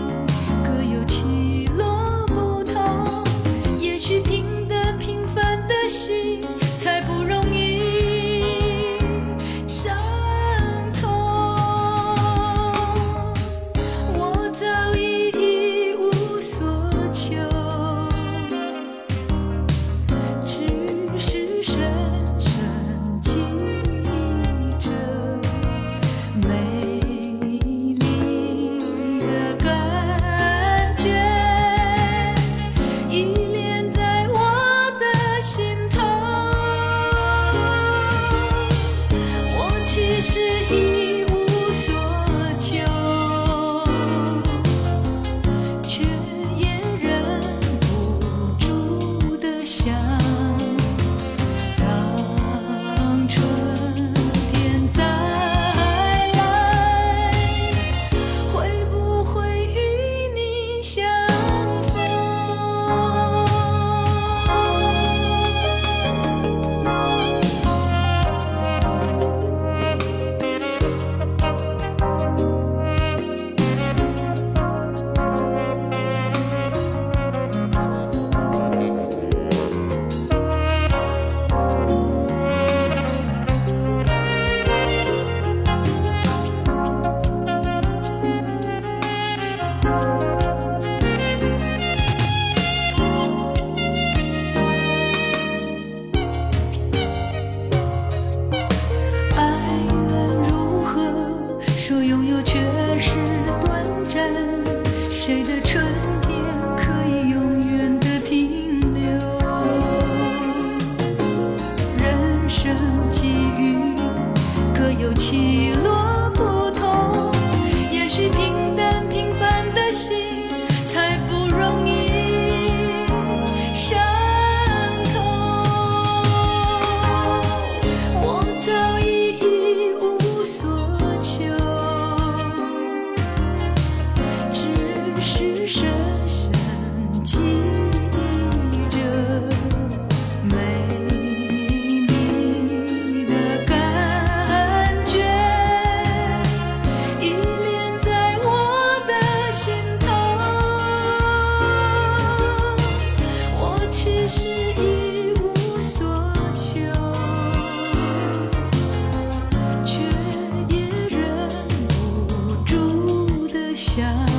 Speaker 8: 想。